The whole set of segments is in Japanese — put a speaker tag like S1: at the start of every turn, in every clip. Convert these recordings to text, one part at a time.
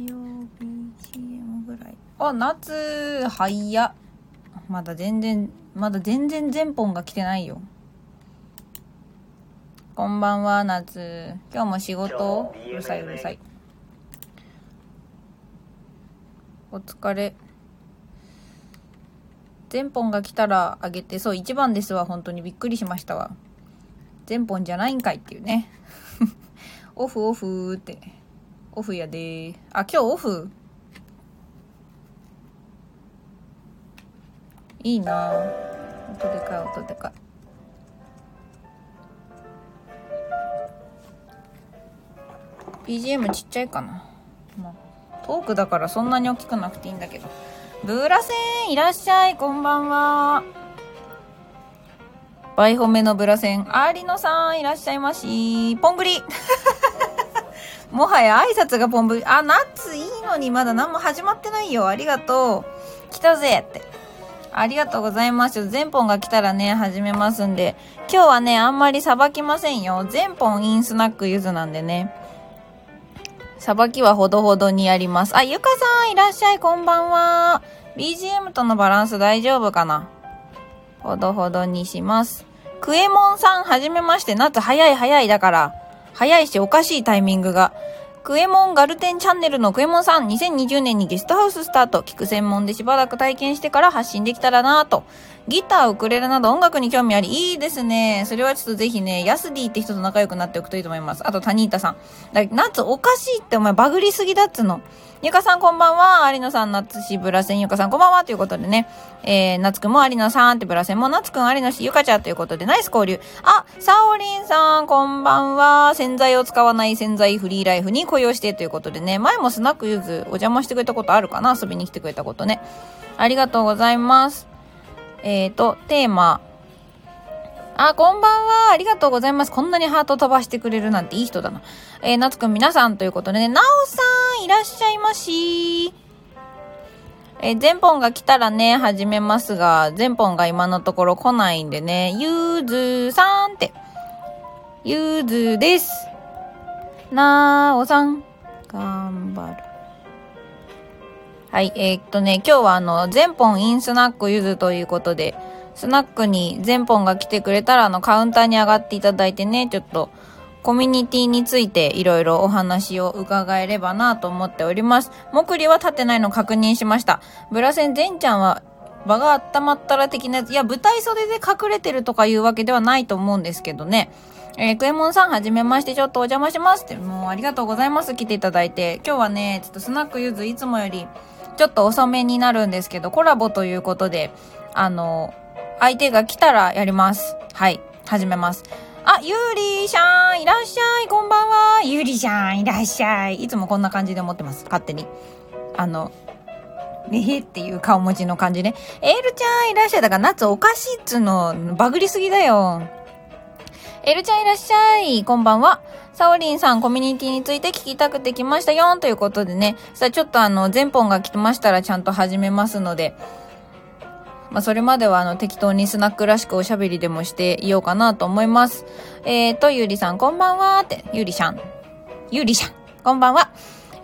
S1: 曜 BGM ぐらいあ夏はいやまだ全然まだ全然全本が来てないよこんばんは夏今日も仕事うるさいうるさいお疲れ全本が来たらあげてそう一番ですわ本当にびっくりしましたわ全本じゃないんかいっていうね オフオフーってオフやでーあ今日オフいいなあ音でかい音でかい「BGM ちっちゃいかな、まあ、トークだからそんなに大きくなくていいんだけどブーラセンいらっしゃいこんばんはバイホメのブラセンアーリノさんいらっしゃいましポングリ もはや挨拶がポンブリあナッツいいのにまだ何も始まってないよありがとう来たぜってありがとうございます。全本が来たらね、始めますんで。今日はね、あんまりさばきませんよ。全本インスナックゆずなんでね。さばきはほどほどにやります。あ、ゆかさん、いらっしゃい、こんばんは。BGM とのバランス大丈夫かなほどほどにします。クエモンさん、はじめまして。夏早い早いだから。早いし、おかしいタイミングが。クエモンガルテンチャンネルのクエモンさん、2020年にゲストハウススタート、聞く専門でしばらく体験してから発信できたらなぁと。ギター、ウクレレなど音楽に興味あり、いいですね。それはちょっとぜひね、ヤスディって人と仲良くなっておくといいと思います。あと、タニータさん。だナッツおかしいってお前バグりすぎだっつの。ゆかさんこんばんは。有野さん、ナッツし、ブラセン、ゆかさんこんばんは。ということでね。えー、ナツくんも有野さんって、ブラセンもナツくん、有野し、ゆかちゃんということで、ナイス交流。あ、サオリンさん、こんばんは。洗剤を使わない洗剤フリーライフに雇用してということでね。前もスナックユーズお邪魔してくれたことあるかな遊びに来てくれたことね。ありがとうございます。えーと、テーマ。あ、こんばんは。ありがとうございます。こんなにハート飛ばしてくれるなんていい人だな。えー、夏くん皆さんということでね、なおさん、いらっしゃいまし。えー、全本が来たらね、始めますが、全本が今のところ来ないんでね、ゆうずーさんって。ゆうずーです。なおさん、頑張る。はい、えーっとね、今日はあの、全本インスナックゆずということで、スナックに全本が来てくれたら、あの、カウンターに上がっていただいてね、ちょっと、コミュニティについていろいろお話を伺えればなと思っております。もくりは立ってないの確認しました。ブラセン、ゼンちゃんは場が温まったら的なやつ。いや、舞台袖で隠れてるとかいうわけではないと思うんですけどね。えー、クエモンさん、はじめまして、ちょっとお邪魔しますって、もうありがとうございます。来ていただいて。今日はね、ちょっとスナックゆずいつもより、ちょっと遅めになるんですけど、コラボということで、あの、相手が来たらやります。はい、始めます。あ、ゆうりーしゃん、いらっしゃい、こんばんは。ゆうりーしゃん、いらっしゃい。いつもこんな感じで思ってます、勝手に。あの、ねへっていう顔文字の感じね。エールちゃん、いらっしゃい。だから、夏おかしいっつうの、バグりすぎだよ。エルちゃんいらっしゃい。こんばんは。サオリンさん、コミュニティについて聞きたくて来ましたよんということでね。さあ、ちょっとあの、前本が来ましたらちゃんと始めますので。まあ、それまではあの、適当にスナックらしくおしゃべりでもしていようかなと思います。えーと、ゆうりさん、こんばんはーって、ゆうりしゃん。ゆうりしゃん。こんばんは。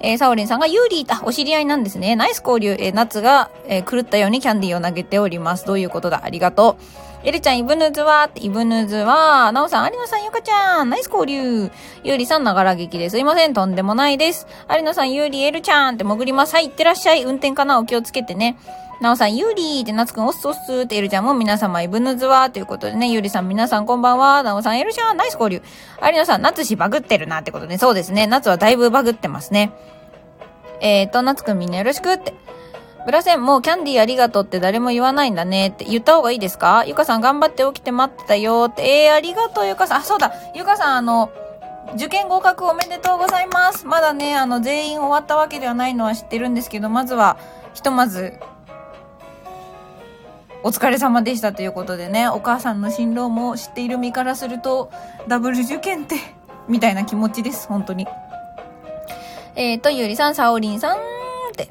S1: えー、サオリンさんがユーリー、あ、お知り合いなんですね。ナイス交流。えー、夏が、えー狂ったようにキャンディーを投げております。どういうことだありがとう。エルちゃん、イブヌズはイブヌズはナオさん、アリノさん、ユカちゃん、ナイス交流。ユーリさん、ながら劇ですいません、とんでもないです。アリノさん、ユーリ、エルちゃんって潜ります。はい、いってらっしゃい。運転かなお気をつけてね。なおさん、ゆりーって、なつくん、おっすおっすーって、エルちゃんも皆様、イブヌズはということでね、ゆりさん、皆さん、こんばんは。なおさん、エルちゃん、ナイス交流。有野さん、夏しバグってるなってことね。そうですね。夏はだいぶバグってますね。えーと、夏くんみんなよろしくって。ブラセン、もうキャンディーありがとうって誰も言わないんだねって言った方がいいですかゆかさん頑張って起きて待ってたよって。えー、ありがとうゆかさん。あ、そうだ。ゆかさん、あの、受験合格おめでとうございます。まだね、あの、全員終わったわけではないのは知ってるんですけど、まずは、ひとまず、お疲れ様でしたということでね、お母さんの心労も知っている身からすると、ダブル受験って、みたいな気持ちです、本当に。えーと、ゆりさん、さおりんさんって、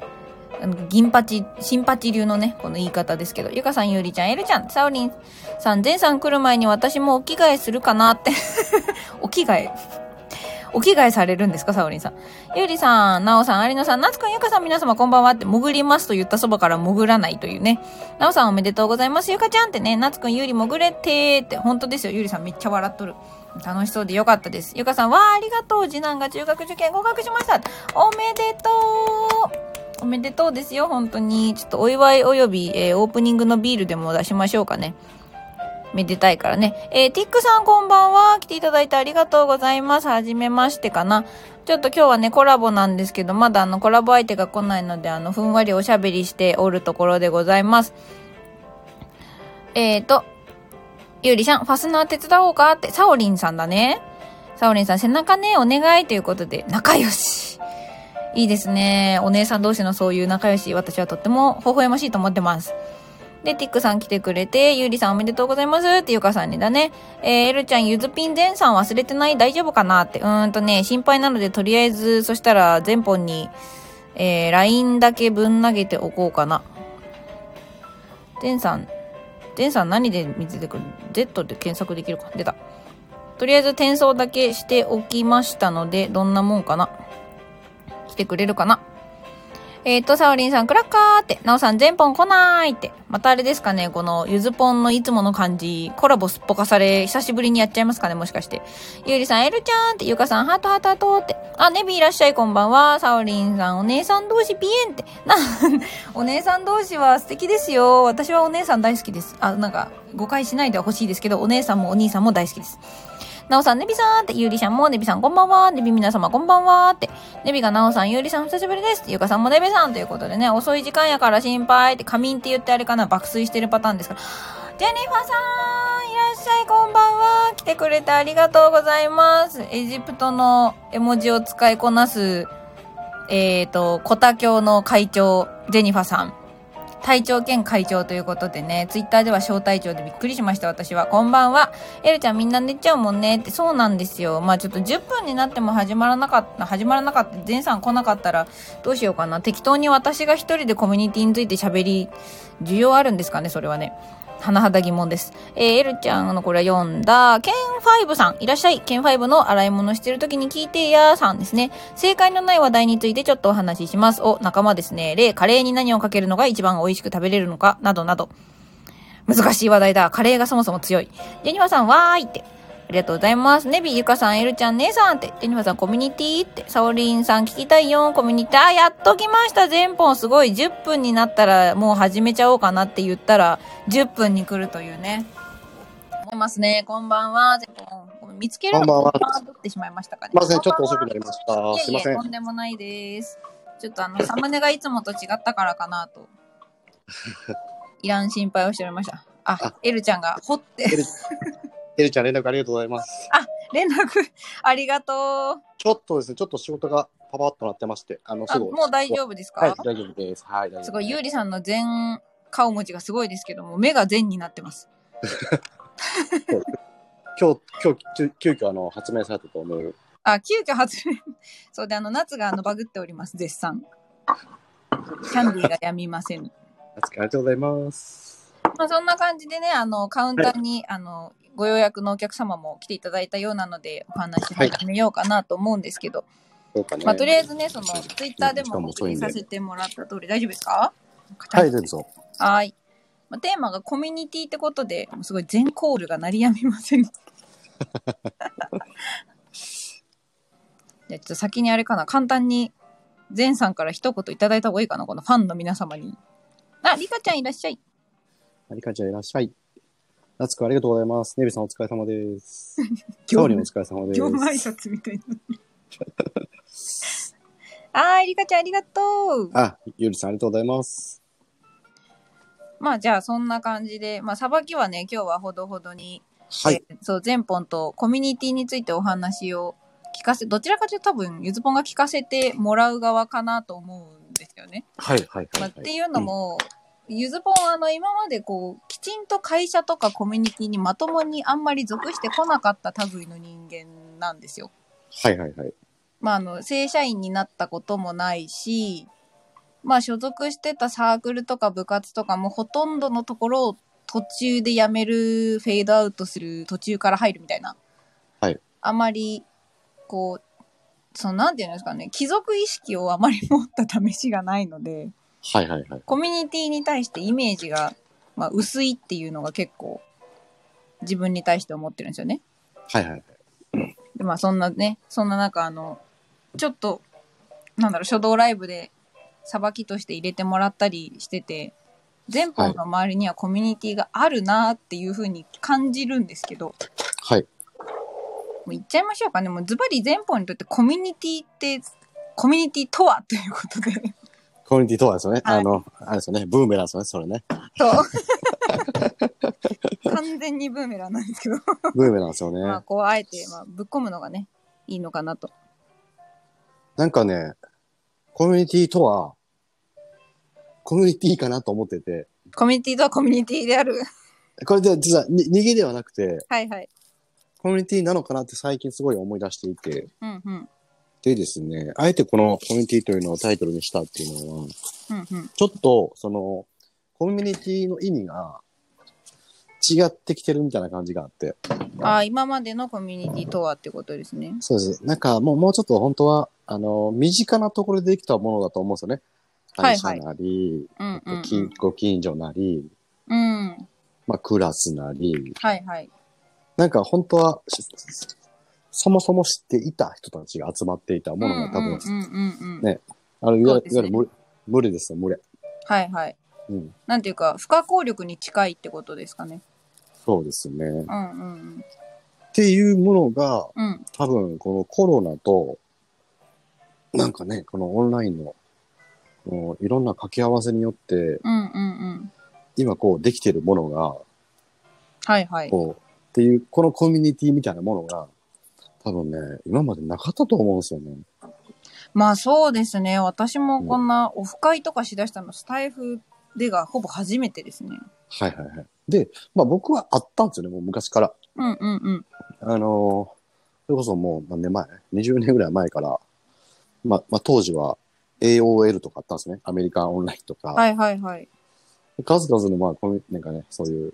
S1: あの銀八、新八流のね、この言い方ですけど、ゆかさん、ゆりちゃん、えるちゃん、さおりん さん、全さん来る前に私もお着替えするかなって、お着替えお着替えされるんですか、サオリンさん。ゆうりさん、なおさん、有野さん、なつくん、ゆかさん、皆様こんばんはって、潜りますと言ったそばから潜らないというね。なおさんおめでとうございます。ゆかちゃんってね、なつくん、ゆうり潜れてーって、本当ですよ。ゆうりさんめっちゃ笑っとる。楽しそうでよかったです。ゆかさん、わあ、ありがとう。次男が中学受験合格しました。おめでとう。おめでとうですよ、本当に。ちょっとお祝いおよび、えー、オープニングのビールでも出しましょうかね。めでたいからね。えー、ティックさんこんばんは。来ていただいてありがとうございます。はじめましてかな。ちょっと今日はね、コラボなんですけど、まだあの、コラボ相手が来ないので、あの、ふんわりおしゃべりしておるところでございます。えーと、ゆうりさん、ファスナー手伝おうかって、サオリンさんだね。サオリンさん、背中ね、お願いということで、仲良し。いいですね。お姉さん同士のそういう仲良し、私はとっても微笑ましいと思ってます。で、ティックさん来てくれて、ゆうりさんおめでとうございますってゆかさんにだね。えー、エルちゃん、ゆずぴん全さん忘れてない大丈夫かなって。うーんとね、心配なので、とりあえず、そしたら前本に、えー、LINE だけぶん投げておこうかな。全さん、全さん何で見つけてくる ?Z で検索できるか。出た。とりあえず転送だけしておきましたので、どんなもんかな。来てくれるかな。えっ、ー、と、サオリンさん、クラッカーって、ナオさん、全本来ないって。またあれですかね、この、ゆずぽんのいつもの感じ、コラボすっぽかされ、久しぶりにやっちゃいますかね、もしかして。ゆうりさん、エルちゃんって、ゆかさん、ハートハートハートって。あ、ネビいらっしゃい、こんばんは。サオリンさん、お姉さん同士、ピエンって。 な、お姉さん同士は素敵ですよ。私はお姉さん大好きです。あ、なんか、誤解しないでは欲しいですけど、お姉さんもお兄さんも大好きです。なおさん、ねびさんって、ゆうりさんも、ねびさんこんばんは、ねび皆様こんばんはって、ねびがなおさん、ゆうりさん久しぶりですゆかさんもねびさんということでね、遅い時間やから心配って、仮眠って言ってあれかな、爆睡してるパターンですから。ジェニファーさん、いらっしゃい、こんばんは。来てくれてありがとうございます。エジプトの絵文字を使いこなす、えっ、ー、と、コタ教の会長、ジェニファさん。隊長兼会長ということでね、ツイッターでは小隊長でびっくりしました、私は。こんばんは。エルちゃんみんな寝ちゃうもんねって、そうなんですよ。まあちょっと10分になっても始まらなかった、始まらなかった、全さん来なかったらどうしようかな。適当に私が一人でコミュニティについて喋り、需要あるんですかね、それはね。甚だ疑問です。えー、エルちゃんのこれは読んだ、ケン5さん、いらっしゃい。ケン5の洗い物してる時に聞いてやーさんですね。正解のない話題についてちょっとお話しします。お、仲間ですね。例、カレーに何をかけるのが一番美味しく食べれるのか、などなど。難しい話題だ。カレーがそもそも強い。ジェニファさん、わーいって。ありがとうございます。ネビ、ゆかさん、エルちゃん、姉さんって、ジェニファさん、コミュニティって、サオリンさん、聞きたいよ、コミュニティ。あ、やっと来ました、全本すごい。10分になったら、もう始めちゃおうかなって言ったら、10分に来るというね。思いますね。こんばんは、全本。見つけるの
S2: こんばんは。
S1: 取ってしまいましたかね。
S2: すいません、ちょっと遅くなりました。
S1: いえ
S2: すいません。
S1: とんでもないです。ちょっとあの、サムネがいつもと違ったからかな と。いらん心配をしておりました。あ、あエルちゃんが、ほって。
S2: エルちゃん連絡ありがとうございます。
S1: あ、連絡ありがとう。
S2: ちょっとですね、ちょっと仕事がパパッとなってまして、あの、すぐ。
S1: もう大丈夫ですか
S2: はい、大丈夫です。はい、大丈夫
S1: す。すごい、ゆうりさんの全顔文字がすごいですけども、目が全になってます。
S2: 今日、今日、急遽あの、発明されたと思う。
S1: あ、急遽発明。そうで、あの、夏があの、バグっております、絶 賛。キャンディーがやみません。
S2: 夏ありがとうございます。
S1: まあ、そんな感じでね、あの、カウンターに、はい、あの、ご予約のお客様も来ていただいたようなのでお話始めようかなと思うんですけど、
S2: はい、
S1: まあ、とりあえずねそのツイッターでも告知させてもらった通り大丈夫ですか
S2: はいどうぞ
S1: はい、まあ、テーマがコミュニティってことですごい全コールが鳴りやみませ んじゃちょっと先にあれかな簡単に全さんから一言いただいた方がいいかなこのファンの皆様にあリカちゃんいらっしゃい
S2: リカちゃんいらっしゃいなつくありがとうございます。ネビさんお疲れ様です。 今日にお疲れ様です。
S1: 業務挨拶みたいな。あー、りかちゃんありがとう。
S2: あ、ゆりさんありがとうございます。
S1: まあじゃあそんな感じで、まあさばきはね、今日はほどほどに、
S2: はい。
S1: そう、全本とコミュニティについてお話を聞かせ、どちらかというと多分、ゆずぽんが聞かせてもらう側かなと思うんですよね。
S2: はいはいはい、はい
S1: まあ、っていうのも、うんゆずぽんあの今までこうきちんと会社とかコミュニティにまともにあんまり属してこなかった類の人間なんですよ。
S2: はいはいはい。
S1: まああの正社員になったこともないし、まあ所属してたサークルとか部活とかもほとんどのところを途中で辞める、フェードアウトする、途中から入るみたいな。
S2: はい。
S1: あまりこうその、なんていうんですかね、貴族意識をあまり持った試しがないので、
S2: はいはいはい。
S1: コミュニティに対してイメージが、まあ、薄いっていうのが結構、自分に対して思ってるんですよね。
S2: はいはい。
S1: で、まあ、そんなね、そんな中、あの、ちょっと、なんだろう、書道ライブで、さばきとして入れてもらったりしてて、全方の周りにはコミュニティがあるなっていうふうに感じるんですけど、
S2: はい。
S1: もう言っちゃいましょうかね。もうズバリ前方にとってコミュニティって、コミュニティとはということで。
S2: コミュニティとはですよね。
S1: はい
S2: あの、あれですよね。ブーメランですよね、そ れね。
S1: そう。完全にブーメランなんですけど。
S2: ブーメランですよね。
S1: まあ、こう、あえて、まあ、ぶっ込むのがね、いいのかなと。
S2: なんかね、コミュニティとは、コミュニティかなと思ってて、
S1: コミュニティとはコミュニティである。
S2: これで実はに逃げではなくて、
S1: はいはい。
S2: コミュニティなのかなって最近すごい思い出していて、
S1: うんうん。
S2: でですね、あえてこのコミュニティというのをタイトルにしたっていうのは、
S1: うんうん。
S2: ちょっと、その、コミュニティの意味が違ってきてるみたいな感じがあって。
S1: ああ、今までのコミュニティとはってことですね。
S2: そうです。なんかもう、もうちょっと本当は、あの、身近なところでできたものだと思うんですよね。
S1: はいは
S2: 会社
S1: い
S2: なり、
S1: うんうん、
S2: きご近所なり、
S1: うん。うん。
S2: まあ、クラスなり、
S1: はいはい。
S2: なんか本当は、しそもそも知っていた人たちが集まっていたものが多
S1: うんう
S2: 分、
S1: んうんうん。
S2: ねあの、いわ
S1: そう
S2: ゆる、
S1: ですね
S2: いわゆる群れ群れですよ、群れ。
S1: はいはい。
S2: うん。
S1: なんていうか、不可抗力に近いってことですかね。
S2: そうです
S1: う
S2: ね。
S1: んうんうん。
S2: っていうものが、
S1: うん。
S2: 多分このコロナと、なんかね、このオンラインの、このいろんな掛け合わせによって、
S1: うんうんうん。
S2: 今こうできてるものが、
S1: はいはい。
S2: こう、っていう、このコミュニティみたいなものが、多分ね、今までなかったと思うんですよね。
S1: まあそうですね。私もこんなオフ会とかしだしたの、スタイフでがほぼ初めてですね。
S2: はいはいはい。で、まあ僕はあったんですよね、もう昔から。
S1: うんうんうん。
S2: あのーそれこそもう何年前 ?20 年ぐらい前から、まあ、まあ当時は AOL とかあったんですね。アメリカンオンラインとか。
S1: はいはいはい。
S2: 数々の、まあ、コミュなんかね、そういう、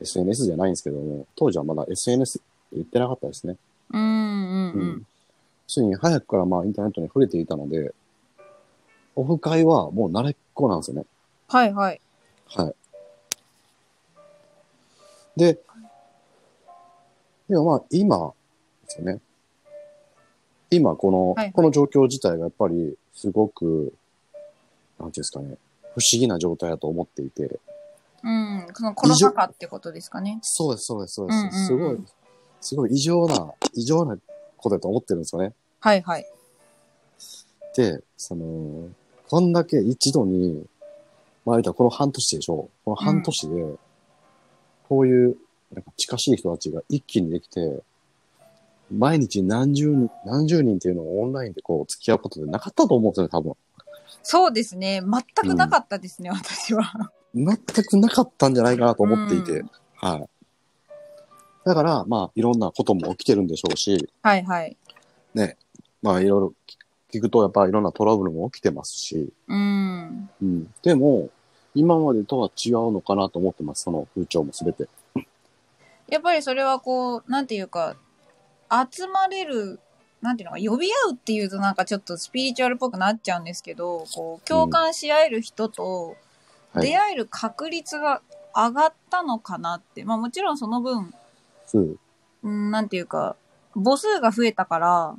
S2: SNS じゃないんですけども、当時はまだ SNS 言ってなかったですね。
S1: うんうんう。。
S2: うんついに早くからまあ、インターネットに触れていたので、オフ会はもう慣れっこなんですよね。
S1: はいはい。
S2: はい。で、でもまあ、今ですよね。今、この、
S1: はいはい
S2: この状況自体がやっぱり、すごく、なんていうんですかね、不思議な状態だと思っていて、
S1: うん。そのコロナ禍ってことですかね。
S2: そうです、そうです、そうです。す
S1: うんうんう
S2: ご
S1: ん
S2: い、すごい異常な、異常なことだと思ってるんですよね。
S1: はいはい。
S2: で、その、こんだけ一度に、まあ、言うたらこの半年でしょこの半年で、こういう、なんか近しい人たちが一気にできて、毎日何十人、何十人っていうのをオンラインでこう付き合うことでなかったと思うんですよね、多分。
S1: そうですね。全くなかったですね、私は。
S2: 全くなかったんじゃないかなと思っていて、
S1: うん
S2: はい。だから、まあ、いろんなことも起きてるんでしょうし、
S1: はいはい。
S2: まあいろいろ聞くとやっぱいろんなトラブルも起きてますし、
S1: うん。
S2: うん、でも今までとは違うのかなと思ってます、その風潮もすべて。
S1: やっぱりそれはこう、なんていうか、集まれる、なんていうのか、呼び合うっていうとなんかちょっとスピリチュアルっぽくなっちゃうんですけど、こう、共感し合える人と
S2: はい
S1: 出会える確率が上がったのかなって。まあもちろんその分、
S2: うん、
S1: うん、なんていうか、母数が増えたから、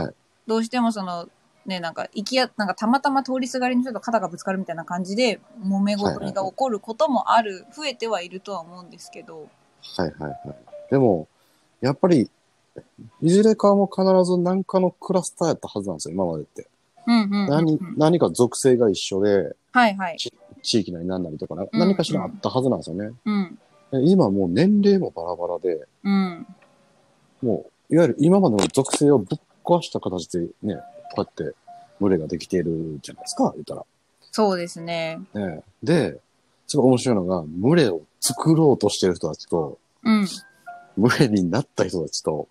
S2: はい
S1: どうしてもその、ね、なんか、行きや、なんかたまたま通りすがりにちょっと肩がぶつかるみたいな感じで、揉め事が起こることもある、増えてはいるとは思うんですけど、
S2: はいはいはい。でも、やっぱり、いずれかも必ず何かのクラスターやったはずなんですよ、今までって。
S1: うんうんうんうん、
S2: 何、何か属性が一緒で、
S1: はいはい。
S2: 地域なり何なりとかな、
S1: うん
S2: 何かしらあったはずなんですよね。
S1: うん。
S2: で今もう年齢もバラバラで、
S1: うん。
S2: もう、いわゆる今までの属性をぶっ壊した形でね、こうやって群れができているじゃないですか、言ったら。
S1: そうですね。
S2: ね、で、すごい面白いのが、群れを作ろうとしてる人たちと、
S1: うん。
S2: 群れになった人たちと、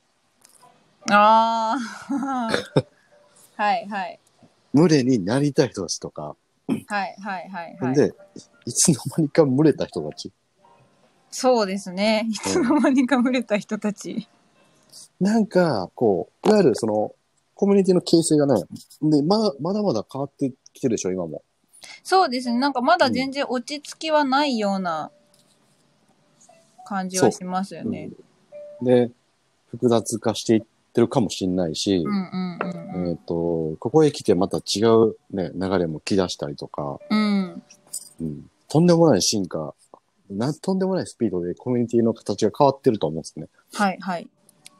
S1: ああ。 はいはい。
S2: 群れになりたい人たちとか、
S1: はいはいはいはい。
S2: で、いつの間にか群れた人たち。
S1: そうですね。いつの間にか群れた人たち。
S2: なんか、こう、いわゆるその、コミュニティの形成がね、で、まだ、まだまだ変わってきてるでしょ、今も。
S1: そうですね。なんかまだ全然落ち着きはないような感じはしますよね。
S2: で、複雑化していってるかもしれないし、
S1: うんうんうん
S2: えっ、と、ここへ来てまた違うね、流れも来だしたりとか、
S1: うん。うん。
S2: うん、とんでもない進化、な、とんでもないスピードでコミュニティの形が変わってると思うんですね。
S1: はいはい。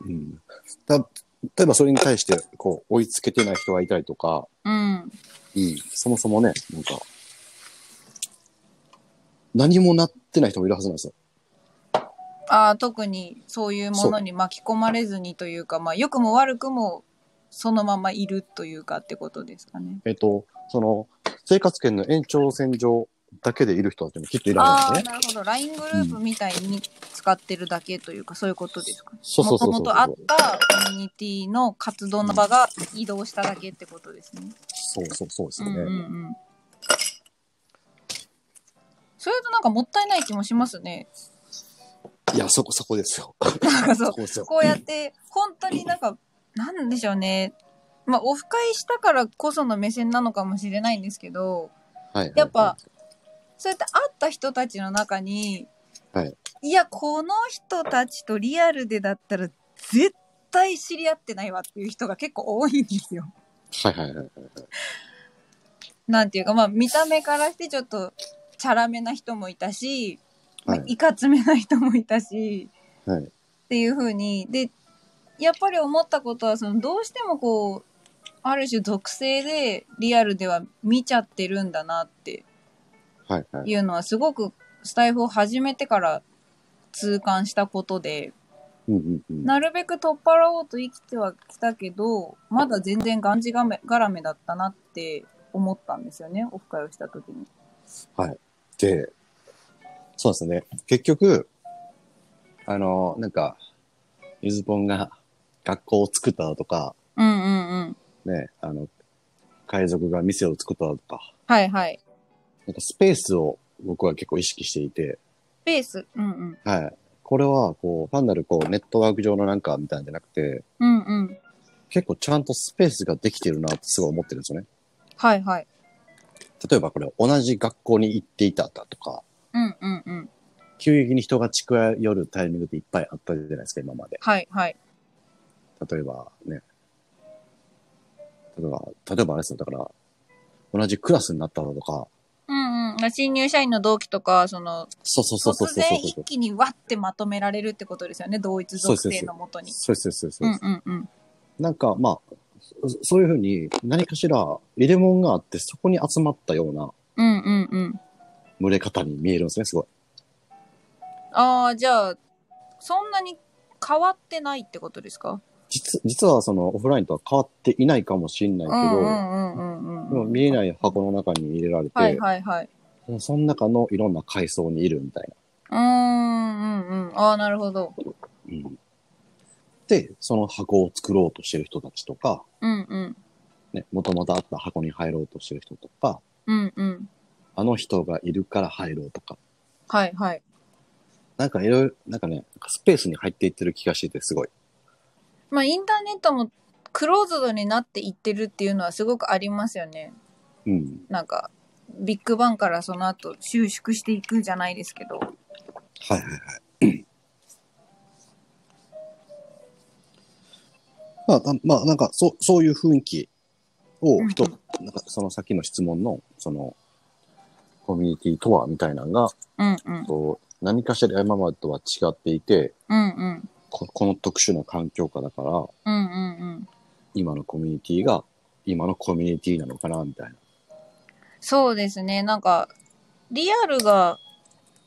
S2: うん。た、例えばそれに対して、こう、追いつけてない人がいたりとか、
S1: うん。
S2: うん、そもそもね、なんか、何もなってない人もいるはずなんですよ。
S1: ああ、特にそういうものに巻き込まれずにというか、まあ、良くも悪くもそのままいるというかってことですかね。
S2: えっ、と、その、生活圏の延長線上だけでいる人たちもきっといるは
S1: あ
S2: ず
S1: あ
S2: な
S1: ー、
S2: んですね。
S1: なるほど。LINE グループみたいに使ってるだけというか、そういうことですかね。
S2: そうそうそう
S1: も
S2: そ
S1: とも
S2: う
S1: とあったコミュニティの活動の場が移動しただけってことですね。
S2: そうそうそうです
S1: う
S2: よ
S1: ん
S2: ね。
S1: うんうん。それとなんかもったいない気もしますね。
S2: いや、そこそこですよ。
S1: なんかそう
S2: そこですよ。
S1: こうやって、本当になんか、なんでしょうね。まあ、オフ会したからこその目線なのかもしれないんですけど、
S2: はいはい
S1: やっぱ、そうやって会った人たちの中に、
S2: はい。
S1: や、この人たちとリアルでだったら、絶対知り合ってないわっていう人が結構多いんですよ。
S2: はいはいはい。
S1: なんていうか、まあ、見た目からしてちょっと、チャラめな人もいたし、まあ
S2: はい
S1: いかつめな人もいたし、
S2: はい
S1: っていう風にでやっぱり思ったことはそのどうしてもこうある種属性でリアルでは見ちゃってるんだなって
S2: はいはい。
S1: いうのはすごくスタイフを始めてから痛感したことで
S2: うんうんうん。
S1: なるべく取っ払おうと生きてはきたけどまだ全然がんじがめがらめだったなって思ったんですよねオフ会をした時に。
S2: で、そうですね。結局、あの、なんか、ゆずぽんが学校を作っただとか、
S1: うんうんうん。
S2: ね、あの、海賊が店を作っただとか、
S1: はいはい。
S2: なんかスペースを僕は結構意識していて、
S1: ベース。うんうん。
S2: はい。これは、こう、単なるこう、ネットワーク上のなんかみたいなんじゃなくて、
S1: うんうん。
S2: 結構ちゃんとスペースができてるなってすごい思ってるんですよね。
S1: はいはい。
S2: 例えばこれ、同じ学校に行っていただとか、
S1: うんうんうん。
S2: 急激に人が近寄るタイミングっていっぱいあったじゃないですか、今まで。
S1: はいはい。
S2: 例えばね、例えば、例えばあれですよ、だから、同じクラスになったのとか、
S1: うんうん。新入社員の同期とか、その、
S2: そうそうそうそう
S1: 突
S2: そう
S1: 然
S2: そ
S1: 一
S2: う。
S1: 気にわってまとめられるってことですよね、同一属性のもとに。
S2: そうです、そうです、そううんです。
S1: うんうん。
S2: なんか、まあ、そそういうふうに何かしら入れ物があってそこに集まったような
S1: うんうんうん。
S2: 群れ方に見えるんですね、すごい。
S1: ああ、じゃあ、そんなに変わってないってことですか
S2: 実実はそのオフラインとは変わっていないかもしれな
S1: う
S2: い
S1: ん
S2: け
S1: うん
S2: ど、
S1: うんうん
S2: で
S1: う
S2: も
S1: ん。
S2: 見えない箱の中に入れられて、
S1: はいはいはい。
S2: その中のいろんな階層にいるみたいう
S1: ーんうんうん。ああ、なるほど。
S2: な。うんで、その箱を作ろうとしてる人たちとか、
S1: うんうん。
S2: ね、もともとあった箱に入ろうとしてる人とか、
S1: うんうん。
S2: あの人がいるから入ろうとか、
S1: はいはい。
S2: なんかいろいろ、なんかね、スペースに入っていってる気がしててすごい。
S1: まあ、インターネットもクローズドになっていってるっていうのはすごくありますよね。
S2: うん。
S1: なんか、ビッグバンからその後収縮していくんじゃないですけど。
S2: はいはいはい。まあ、たまあ、なんか、そう、そういう雰囲気を、人、
S1: うん
S2: なんか、その先の質問の、その、コミュニティとは、みたいなのが、
S1: うんうん。
S2: こう何かしら今までとは違っていて、
S1: うんうん。
S2: ここの特殊な環境下だから、
S1: うんうんうん。
S2: 今のコミュニティが、今のコミュニティなのかな、みたいな。
S1: そうですね。なんか、リアルが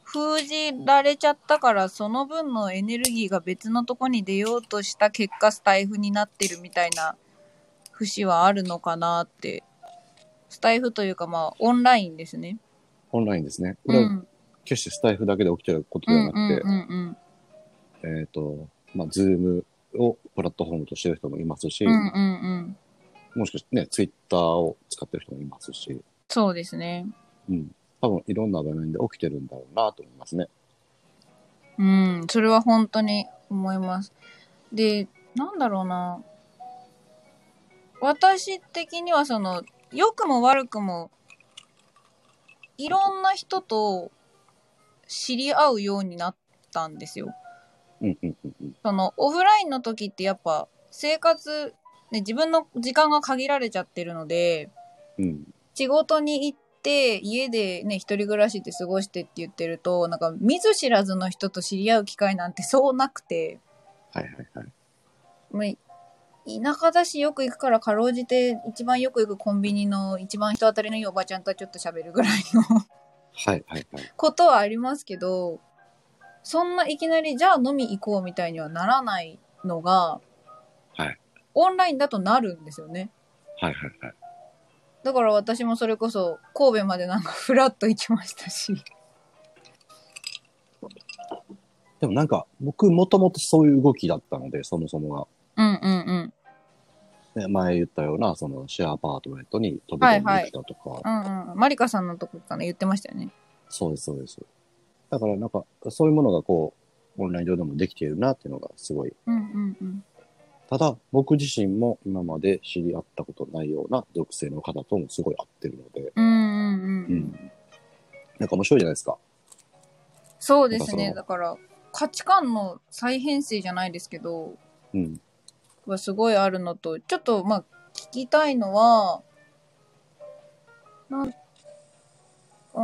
S1: 封じられちゃったから、その分のエネルギーが別のとこに出ようとした結果、スタイフになってるみたいな節はあるのかなって。スタイフというか、まあ、オンラインですね。
S2: オンラインですね。こ
S1: う
S2: れは
S1: ん。
S2: 決してスタイフだけで起きてること
S1: う
S2: で
S1: ん
S2: はな
S1: う
S2: く
S1: ん
S2: て、
S1: うん
S2: えっ、と、まあ、ズームをプラットフォームとしてる人もいますし、
S1: うん。うんうんうん。
S2: もしかしてね、ツイッターを使ってる人もいますし、
S1: そうですね。
S2: うん。多分いろんな場面で起きてるんだろうなと思いますね。
S1: うん、それは本当に思います。で、なんだろうな。私的にはその、良くも悪くも、いろんな人と知り合うようになったんですよ。
S2: うんうんうんうん。
S1: そのオフラインの時ってやっぱ生活、ね、自分の時間が限られちゃってるので
S2: うん。
S1: 仕事に行って家でね一人暮らしで過ごしてって言ってるとなんか見ず知らずの人と知り合う機会なんて そうなくて、
S2: はいはいはい。
S1: まあ田舎だしよく行くからかろうじて一番よく行くコンビニの一番人当たりのいいおばちゃんとはちょっと喋るぐらいの
S2: はいはいはい。
S1: ことはありますけどそんないきなりじゃあ飲み行こうみたいにはならないのが、
S2: はい
S1: オンラインだとなるんですよね。
S2: はいはいはい。
S1: だから私もそれこそ神戸までなんか フラッと行きましたし。
S2: でもなんか、僕もともとそういう動きだったので、そもそも
S1: うんうんうん。
S2: が。ね、前言ったような、そのシェアアパートメントに飛び込んできたとか、
S1: うんうん。マリカさんのとこかな言ってましたよね。
S2: そうですそうです。だからなんか、そういうものがこう、オンライン上でもできているなっていうのがすごい。
S1: うんうんうん。
S2: ただ、僕自身も今まで知り合ったことないような属性の方ともすごい合ってるので、
S1: うんうんうん。
S2: うん。なんか面白いじゃないですか。
S1: そうですね。
S2: なんかその
S1: だから価値観の再編成じゃないですけど、
S2: うん。
S1: はすごいあるのと、ちょっとまあ聞きたいのは、なん、うー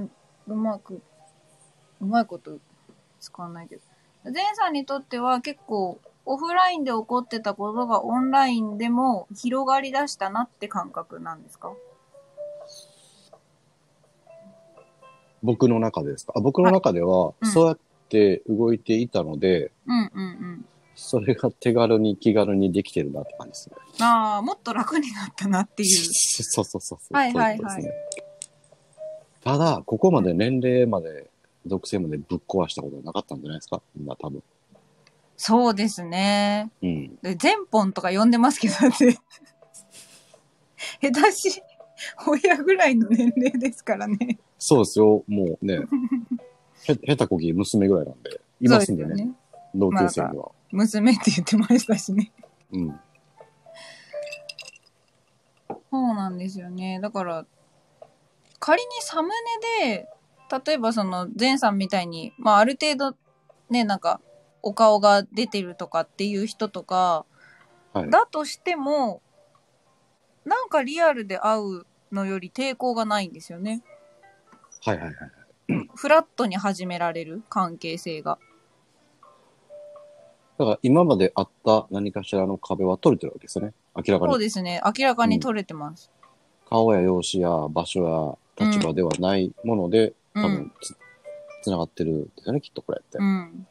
S1: ん、うまく、うまいこと使わないけど。前さんにとっては結構オフラインで起こってたことがオンラインでも広がりだしたなって感覚なんですか
S2: 僕の中でですか。あ僕の中では、
S1: いうん
S2: そうやって動いていたので、
S1: うんうんうん。
S2: それが手軽に気軽にできてるなって感じですね。
S1: ああ、もっと楽になったなっていう。
S2: そうそうそうそう。
S1: はいはいはい
S2: そううことですねただ、ここまで年齢まで、属性までぶっ壊したことなかったんじゃないですかみんな多分。
S1: そうですね。
S2: うん。
S1: で全本とか呼んでますけどね下手し親ぐらいの年齢ですからね
S2: そうですよ。も うね、へ、へたこぎ娘ぐらいなんで、いますんで
S1: そう
S2: ね、
S1: すよ
S2: 同級生には。
S1: 娘って言ってましたしね
S2: うん。
S1: そうなんですよねだから仮にサムネで例えばその前さんみたいに、まあ、ある程度ねなんかお顔が出てるとかっていう人とか、
S2: はい
S1: だとしてもなんかリアルで会うのより抵抗がないんですよね
S2: はいはいはい。
S1: フラットに始められる関係性が
S2: だから今まであった何かしらの壁は取れてるわけですよね。明らか
S1: そう
S2: に。
S1: ですね。明らかに取れてます。
S2: 顔や容姿や場所や立場ではないもので、
S1: う
S2: 多
S1: ん
S2: 分。つ、つながってるんですよね、きっとこれって。
S1: うん。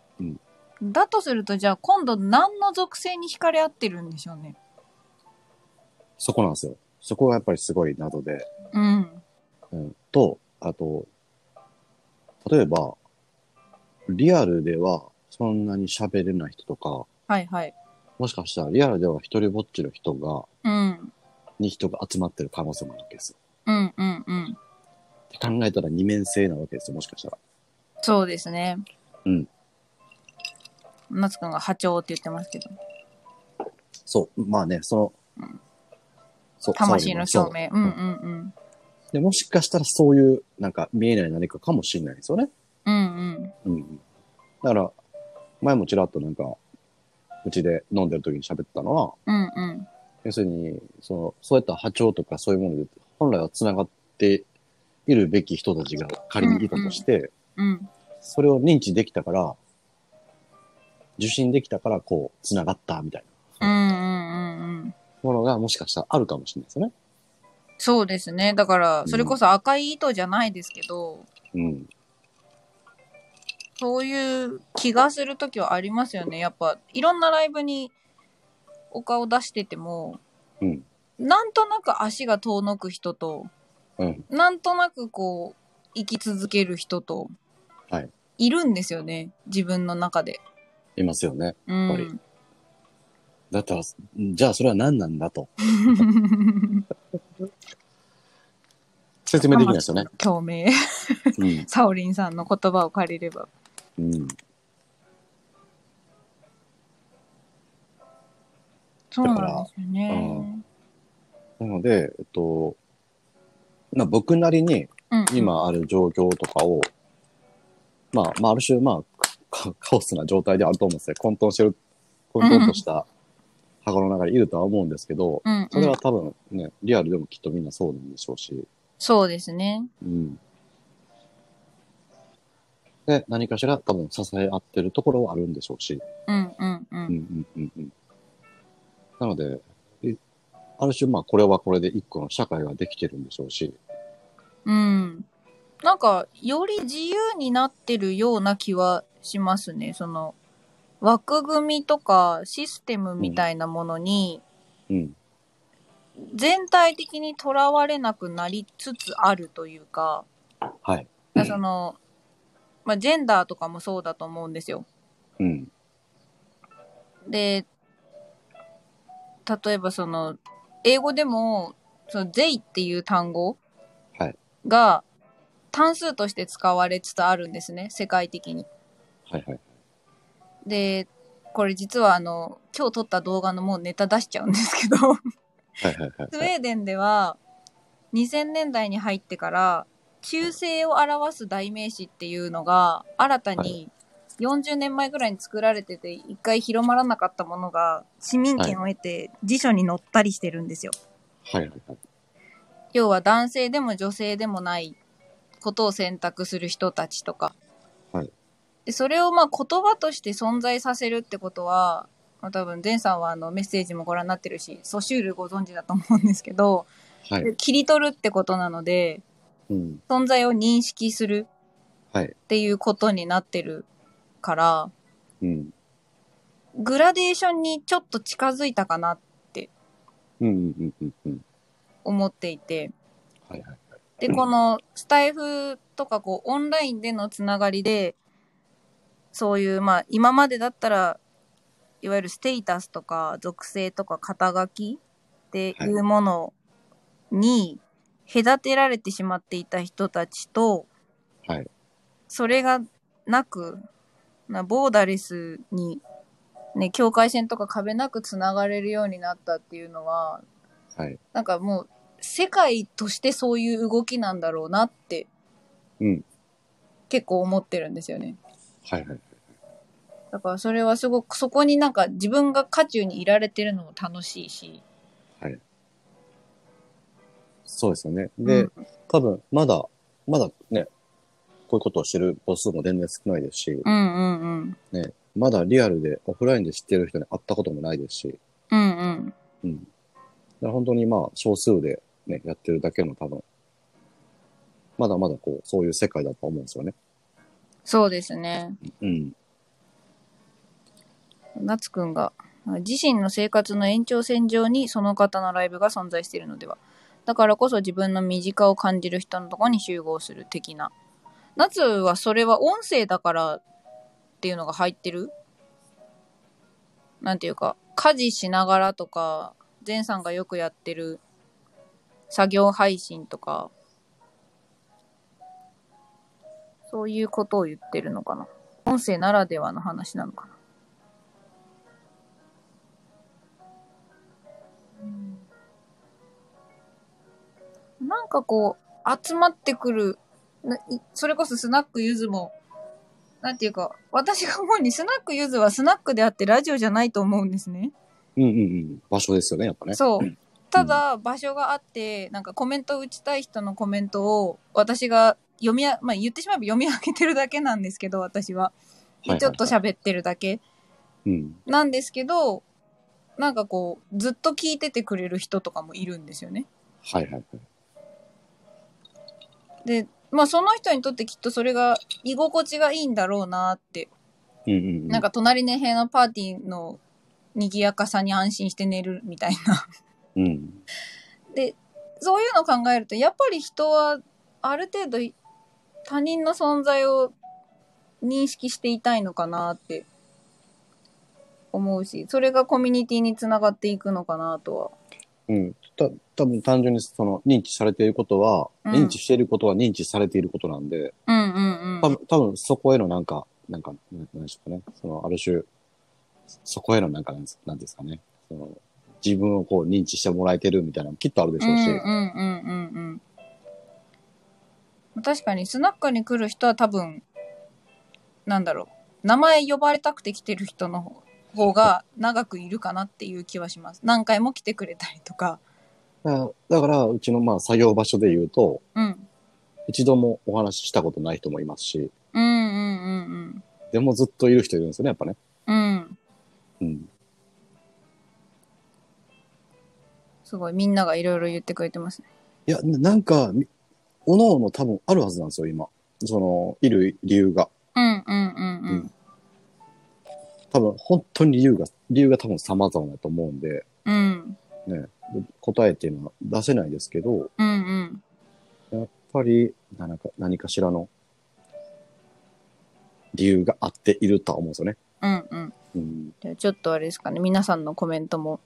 S1: だとすると、じゃあ今度何の属性に惹かれ合ってるんでしょうね。
S2: そこなんですよ。そこがやっぱりすごい謎で。
S1: うん。
S2: うん、と、あと、例えば、リアルではそんなに喋れない人とか、
S1: はいはい。
S2: もしかしたらリアルでは一人ぼっちの人が、
S1: うん。
S2: に人が集まってる可能性もあるわけですよ。
S1: うんうんうん。
S2: って考えたら二面性なわけですよ、もしかしたら。
S1: そうですね。
S2: うん。
S1: 夏くんが波長って言ってますけど。
S2: そう、まあね、その、
S1: うん
S2: そう
S1: 魂の
S2: そう
S1: 証明。うんうんうん。
S2: で。もしかしたらそういう、なんか見えない何かかもしれないですよね。
S1: うんうん。
S2: うん。だから、前もちらっとなんか、うちで飲んでる時に喋ったのは、
S1: うんうん。
S2: 要するに、その、そういった波長とかそういうもので、本来は繋がっているべき人たちが仮にいたとして、
S1: うん。
S2: それを認知できたから、受信できたから、こう、繋がったみたい
S1: うんうんうんうん。
S2: なものがもしかしたらあるかもしれないですよね。
S1: そうですね。だから、それこそ赤い糸じゃないですけど、
S2: うん。
S1: そういう気がするときはありますよね。やっぱ、いろんなライブにお顔出してても、
S2: うん
S1: なんとなく足が遠のく人と、
S2: うん。
S1: なんとなくこう、生き続ける人と、
S2: はい。
S1: るんですよね。自分の中で。
S2: いますよね。
S1: うん。
S2: やっぱりだったら、じゃあそれは何なんだと。 説明できないですよね。
S1: 共鳴。
S2: う ん。
S1: サオリンさんの言葉を借りれば。
S2: うん。
S1: そうなんですよね。
S2: なので、えっと、まあ、僕なりに
S1: うん。
S2: 今ある状況とかを、まあ、まあ、ある種、まあ、カ カオスな状態ではあると思うんですよ。混沌してる、混沌とした箱の中にいるとは思うんですけど、
S1: うん、うん。
S2: それは多分ね、リアルでもきっとみんなそうなんでしょうし、
S1: そうですね。
S2: うん。で、何かしら多分支え合ってるところはあるんでしょうし、
S1: うん、うん、う。
S2: うんんうんうんうん。なので、いある種、まあ、これはこれで一個の社会ができてるんでしょうし、
S1: うん。なんか、より自由になってるような気はしますね。その、枠組みとかシステムみたいなものに、
S2: うん。
S1: 全体的にとらわれなくなりつつあるというか、
S2: はい。
S1: だからその、まあ、ジェンダーとかもそうだと思うんですよ。
S2: うん。
S1: で、例えばその、英語でも、その、税っていう単語
S2: はい
S1: が単数として使われつつあるんですね、世界的に。
S2: はいはい。
S1: で、これ実はあの、今日撮った動画のもうネタ出しちゃうんですけど、
S2: はいはいはい
S1: スウ
S2: はい。
S1: ェーデンでは2000年代に入ってから中世を表す代名詞っていうのが新た
S2: は
S1: に40年前ぐらいに作られてて一回広まらなかったものが市民権を得て辞書に載ったりしてるんですよ。
S2: はいはいはい。
S1: 要は男性でも女性でもないことを選択する人たちとか。
S2: はい
S1: でそれをまあ言葉として存在させるってことは、まあ、多分前さんはあのメッセージもご覧になってるしソシュールご存知だと思うんですけど、
S2: はい。
S1: 切り取るってことなので
S2: うん。
S1: 存在を認識する
S2: はい。
S1: っていうことになってるから
S2: うん。
S1: グラデーションにちょっと近づいたかな
S2: うんうんうんうんうん。
S1: 思っていて
S2: はいはい。
S1: でこのスタイフとかこうオンラインでのつながりでそういうまあ今までだったらいわゆるステータスとか属性とか肩書きっていうものに隔てられてしまっていた人たちと、
S2: はい。
S1: それがなく、なボーダレスに、ね、境界線とか壁なくつながれるようになったっていうのは、
S2: はい。
S1: なんかもう、世界としてそういう動きなんだろうなって、
S2: うん。
S1: 結構思ってるんですよね。
S2: はいはい。
S1: だからそれはすごく、そこになんか自分が渦中にいられてるのも楽しいし。
S2: そうですよね。
S1: う
S2: で、
S1: ん、
S2: 多分、まだ、まだね、こういうことをしてる母数も全然少ないですし、
S1: うんうんうん。
S2: ね、まだリアルで、オフラインで知ってる人に会ったこともないですし、
S1: う
S2: だか
S1: んうん。
S2: ら本当にまあ、少数でね、やってるだけの多分、まだまだこう、そういう世界だと思うんですよね。
S1: そうですね。
S2: うん。
S1: 夏くんが自身の生活の延長線上にその方のライブが存在しているのではだからこそ自分の身近を感じる人のところに集合する的な夏はそれは音声だからっていうのが入ってるなんていうか家事しながらとか前さんがよくやってる作業配信とかそういうことを言ってるのかな音声ならではの話なのかななんかこう、集まってくる、ないそれこそスナックゆずも、なんていうか、私が思うにスナックゆずはスナックであってラジオじゃないと思うんですね。
S2: うんうんうん。場所ですよね、やっぱね。
S1: そう。ただ、場所があって、なんかコメントを打ちたい人のコメントを、私が読みあ、まあ言ってしまえば読み上げてるだけなんですけど、私は。
S2: は
S1: で
S2: いはいはい
S1: ちょっと喋ってるだけ
S2: うん。
S1: なんですけど、なんかこう、ずっと聞いててくれる人とかもいるんですよね。
S2: はいはいはい。
S1: で、まあその人にとってきっとそれが居心地がいいんだろうなって。
S2: うんうんうん。
S1: なんか隣の部屋のパーティーの賑やかさに安心して寝るみたいな。
S2: うん。
S1: で、そういうのを考えると、やっぱり人はある程度他人の存在を認識していたいのかなって思うし、それがコミュニティにつながっていくのかなとは。
S2: うん。た、多分単純にその認知されていることは、
S1: うん
S2: 認知していることは認知されていることなんで、
S1: うんうんう
S2: 多
S1: ん。
S2: 分、多分そこへのなんか、なんか、なんなんでしょうかね。その、ある種、そこへのなんかなんです、なんですかね。その、自分をこう認知してもらえてるみたいなのもきっとあるでし
S1: う
S2: ょうんし、
S1: うんうんうんうん。確かに、スナックに来る人は多分、なんだろう、名前呼ばれたくて来てる人の方方が長くいるかなっていう気はします。何回も来てくれたりとか。
S2: だだから、うちのまあ作業場所で言うと、
S1: うん。
S2: 一度もお話ししたことない人もいますし、
S1: うんうんうん
S2: でもずっといる人いるんですよね、やっぱね。
S1: うん。うん。
S2: うん。
S1: すごい、みんながいろいろ言ってくれてますね。
S2: いや、ななんか、みおのおの多分あるはずなんですよ、今。その、いる理由が。
S1: うんうんうんうん。
S2: 多分、本当に理由が、理由が多分様々だと思うんで、
S1: うん。
S2: 答えっていうのは出せないですけど、
S1: うんうん。
S2: やっぱり、何か、何かしらの、理由があっているとは思うんですよね。
S1: うんうん。
S2: うん。
S1: じゃあちょっとあれですかね、皆さんのコメントも、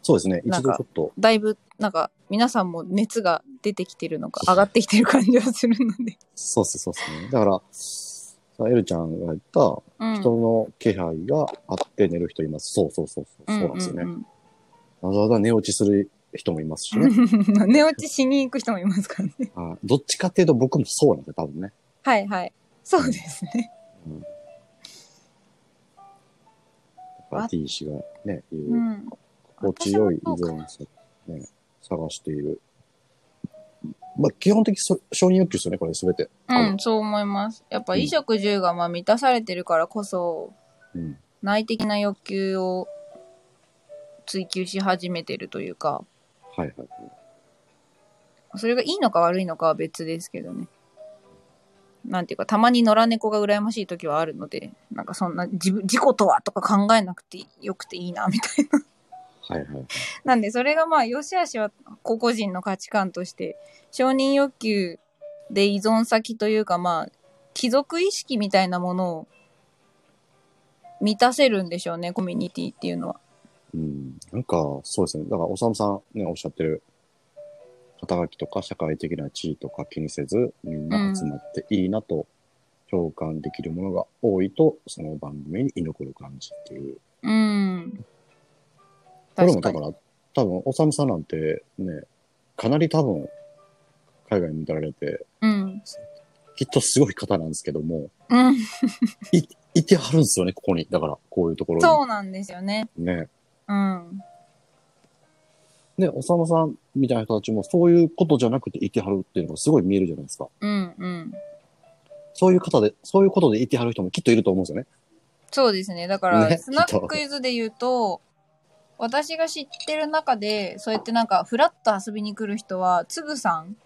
S2: そうですね。
S1: な
S2: 一
S1: んか
S2: 度ちょっと、
S1: だいぶ、なんか、皆さんも熱が出てきてるのか、上がってきてる感じはするので。
S2: そうっす、そうっすね。だから、さエルちゃんが言った、
S1: うん。
S2: 人の気配があって寝る人います。そうそうそうそう。そうなんですよね。
S1: ね。
S2: わざわざ寝落ちする人もいますしね。
S1: 寝落ちしに行く人もいますからね。
S2: はいどっちかっていうと僕もそうなんですよ、多分ね。
S1: はいはい。そうですね。
S2: だから
S1: わ。
S2: D 氏がね、いううん心地よい依存症をね、探している。まあ、基本的にそ承認欲求ですよね、これ全て。
S1: うん、そう思います。やっぱ、
S2: うん
S1: 衣食住がまあ満たされてるからこそ、
S2: うん。
S1: 内的な欲求を追求し始めてるというか、
S2: はいはい。
S1: それがいいのか悪いのかは別ですけどね。なんていうか、たまに野良猫が羨ましい時はあるので、なんかそんな、自分、自己とはとか考えなくてよくていいな、みたいな。
S2: はいはい。
S1: なん で、それがまあ、良し悪しは個々人の価値観として、承認欲求で依存先というか、まあ、貴族意識みたいなものを満たせるんでしょうね、コミュニティっていうのは。
S2: うん。なんか、そうですね。だから、おさむさんね、おっしゃってる、肩書きとか社会的な地位とか気にせず、みんな集まっていいなと、共感できるものが多いと、その番組に居残る感じっていう。
S1: うん。
S2: これも
S1: 確か
S2: だ
S1: に
S2: か。ら、多分、おさむさんなんてね、かなり多分、海外に出られて、
S1: うん。
S2: きっとすごい方なんですけども、
S1: うん。
S2: いてはるんですよね、ここに。だから、こういうところ
S1: そうなんですよね。
S2: に。ね。
S1: うん。
S2: で、おさむさんみたいな人たちも、そういうことじゃなくていてはるっていうのがすごい見えるじゃないですか。
S1: うん。うん。
S2: そういう方で、そういうことでいてはる人もきっといると思うんですよね。
S1: そうですね。だから、
S2: ね
S1: スナッククイズで言うと、私が知ってる中で、そうやってなんか、ふらっと遊びに来る人は、つぶさん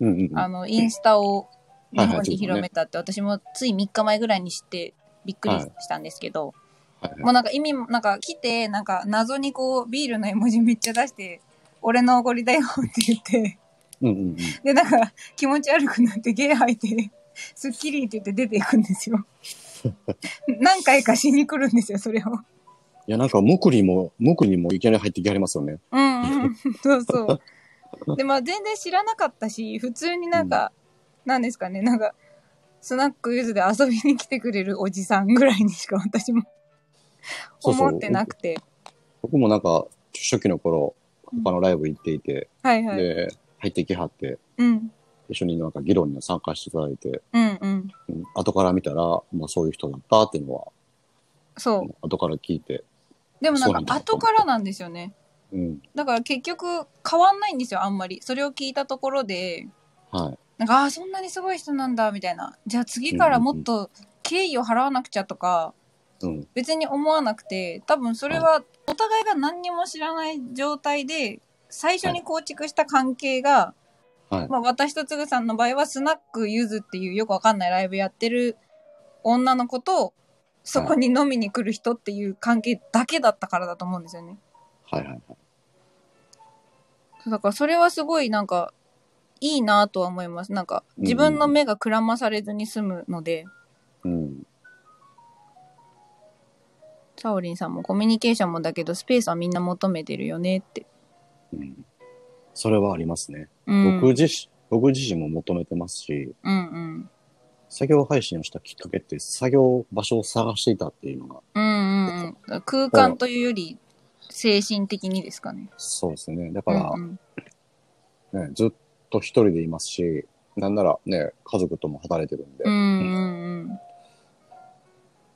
S2: うんうんうん。
S1: あ
S2: は
S1: の、インスタを日
S2: はい
S1: 本
S2: はい
S1: に広めたって、私もつい3日前ぐらいに知って、びっくりしたんですけど、
S2: いはい
S1: もうなんか意味も、なんか来て、なんか謎にこう、ビールの絵文字めっちゃ出して、俺のおごりだよって言って、
S2: うんうんうん。
S1: で、なんか気持ち悪くなって、ゲー吐いて、スッキリって言って出ていくんです よ。何回かしに来るんですよ、それを。
S2: いや、なんか、もくりも、もくりもいきなり入ってきはりますよね。
S1: うんうん、そうそう。で、まあ全然知らなかったし、普通になんか、なんですかね、なんか、スナックゆずで遊びに来てくれるおじさんぐらいにしか私も
S2: そうそう
S1: 思ってなくて。
S2: 僕もなんか、初期の頃、
S1: うん
S2: 他のライブ行っていて、
S1: はいはい。
S2: で、入ってきはって、
S1: うん。
S2: 一緒になんか議論に参加していただいて、
S1: うんうん。
S2: うん後から見たら、まあそういう人だったっていうのは、
S1: そう。
S2: 後から聞いて、
S1: でもな
S2: そうなんん
S1: か
S2: だ
S1: 後からなんですよね。
S2: うん、
S1: だから結局変わんないんですよ、あんまり。それを聞いたところで、
S2: はい。
S1: なんか、ああ、そんなにすごい人なんだ、みたいな。じゃあ次からもっと敬意を払わなくちゃとか、
S2: うん、
S1: 別に思わなくて多分それはお互いが何にも知らない状態で最初に構築した関係が、
S2: はい
S1: まあ、私とつぐさんの場合はスナックゆずっていうよくわかんないライブやってる女の子とそこに飲みに来る人っていう関係だけだったからだと思うんですよね。
S2: はいはい。
S1: だからそれはすごいなんかいいなとは思います。なんか自分の目がくらまされずに済むので、
S2: うん。
S1: サオリンさんもコミュニケーションもだけどスペースはみんな求めてるよねって。
S2: うん。それはありますね。
S1: うん、
S2: 僕自身、僕自身も求めてますし、
S1: うんうん。
S2: 作業配信をしたきっかけって、作業場所を探していたっていうのが、
S1: うんうんうん、空間というより精神的にですかね。
S2: そうですね。だから、
S1: うんうん
S2: ね、ずっと一人でいますし、なんならね、家族とも離れてるん
S1: う
S2: で、だか
S1: んうんうん。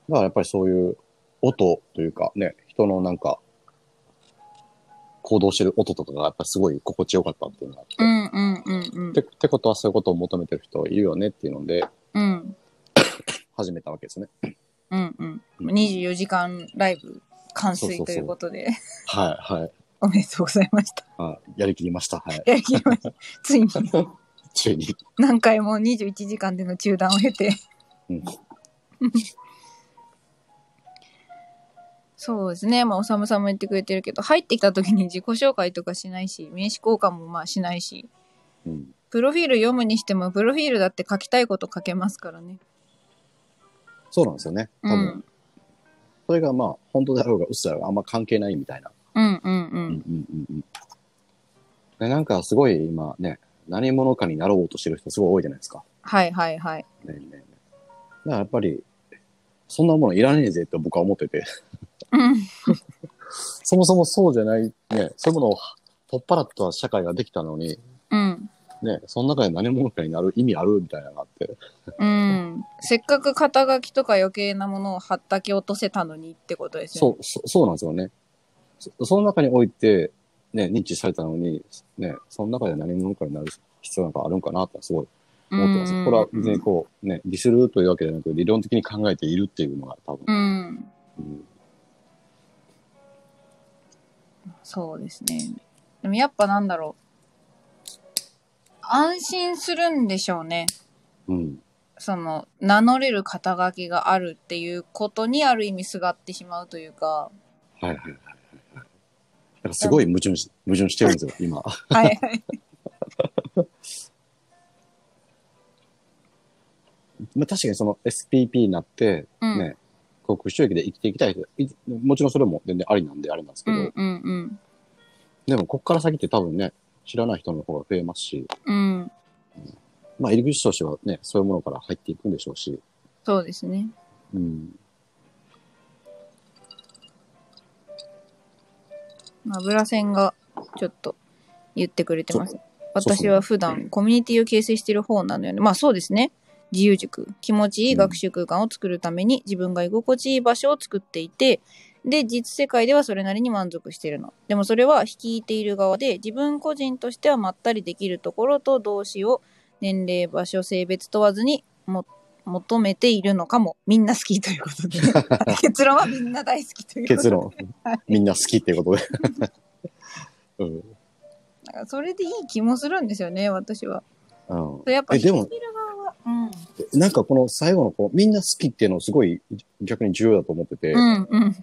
S2: らやっぱりそういう音というかね、人のなんか、行動してる音とかがやっぱりすごい心地よかったっていうのがあって、
S1: うんうんうんうん
S2: てってことはそういうことを求めてる人いるよねっていうので
S1: うん
S2: 始めたわけですね。
S1: うんう
S2: うん
S1: ん。24時間ライブ完遂ということで、
S2: はい、はい、
S1: おめでとうございました。
S2: はい。やりきりました。はい。
S1: やりきりま した。ついに
S2: ついに。
S1: 何回も21時間での中断を経て。
S2: うん。
S1: そうですね。まあ、おさむさんも言ってくれてるけど、入ってきた時に自己紹介とかしないし、名刺交換もまあしないし、
S2: うん、
S1: プロフィール読むにしても、プロフィールだって書きたいこと書けますからね。
S2: そうなんですよね。多
S1: う
S2: 分、
S1: ん。
S2: それがまあ、本当だろうが嘘だろうがあんま関係ないみたいな。
S1: うんうんうん。
S2: うんうんうんうん。で、なんかすごい今ね、何者かになろうとしてる人すごい多いじゃないですか。
S1: はいはいはい。
S2: ねえねえねえだからやっぱり、そんなものいらねえぜって僕は思ってて、
S1: うん。
S2: そもそもそうじゃない、ね、そういうものを取っ払った社会ができたのに、
S1: うん。
S2: ね、その中で何者かになる意味あるみたいなのがあって、
S1: うん。せっかく肩書きとか余計なものをはったき落とせたのにってことですよね。
S2: そう、そそうなんですよね。そその中において、ね、認知されたのに、ね、その中で何者かになる必要なんかあるんかなってすごい思ってます。
S1: うんうん
S2: これは別にこう、ね、ディスるというわけじゃなく、理論的に考えているっていうのが多分
S1: う、ん。
S2: うん
S1: そうですね。でもやっぱなんだろう。安心するんでしょうね。
S2: うん、
S1: その、名乗れる肩書きがあるっていうことにある意味すがってしまうという か。
S2: はいはいはいはいはい。だからすごい矛盾し、矛盾してるんですよ、 今。
S1: はいはい。
S2: まあ確かにその SPP になって、
S1: うん。
S2: ね、航空収益で生きていきたい人、いもちろんそれも全然ありなんであれなんですけ
S1: う
S2: ど、
S1: んうんうん。
S2: でもこっから先って多分ね、知らない人の方が増えますし、
S1: うん。
S2: まあ入り口としてはね、そういうものから入っていくんでしょうし、
S1: そうですね。
S2: うん。
S1: まあ、ブラセンがちょっと言ってくれてます。私
S2: そうそう
S1: は普段コミュニティを形成している方なのよね。まあそうですね。自由塾。気持ちいい学習空間を作るために自分が居心地いい場所を作っていて、で、実世界ではそれなりに満足しているの。でもそれは率いている側で、自分個人としてはまったりできるところと動詞を年齢、場所、性別問わずにも求めているのかも。みんな好きということ で。結論はみんな大好きということで
S2: 結論、みんな好きってい うことで。うん
S1: なんかそれでいい気もするんですよね、私は。
S2: うん、
S1: やっぱ
S2: えでも
S1: 聞いてる側は、うん、
S2: なんかこの最後のこうみんな好きっていうのすごい逆に重要だと思ってて、っ
S1: うん、うん。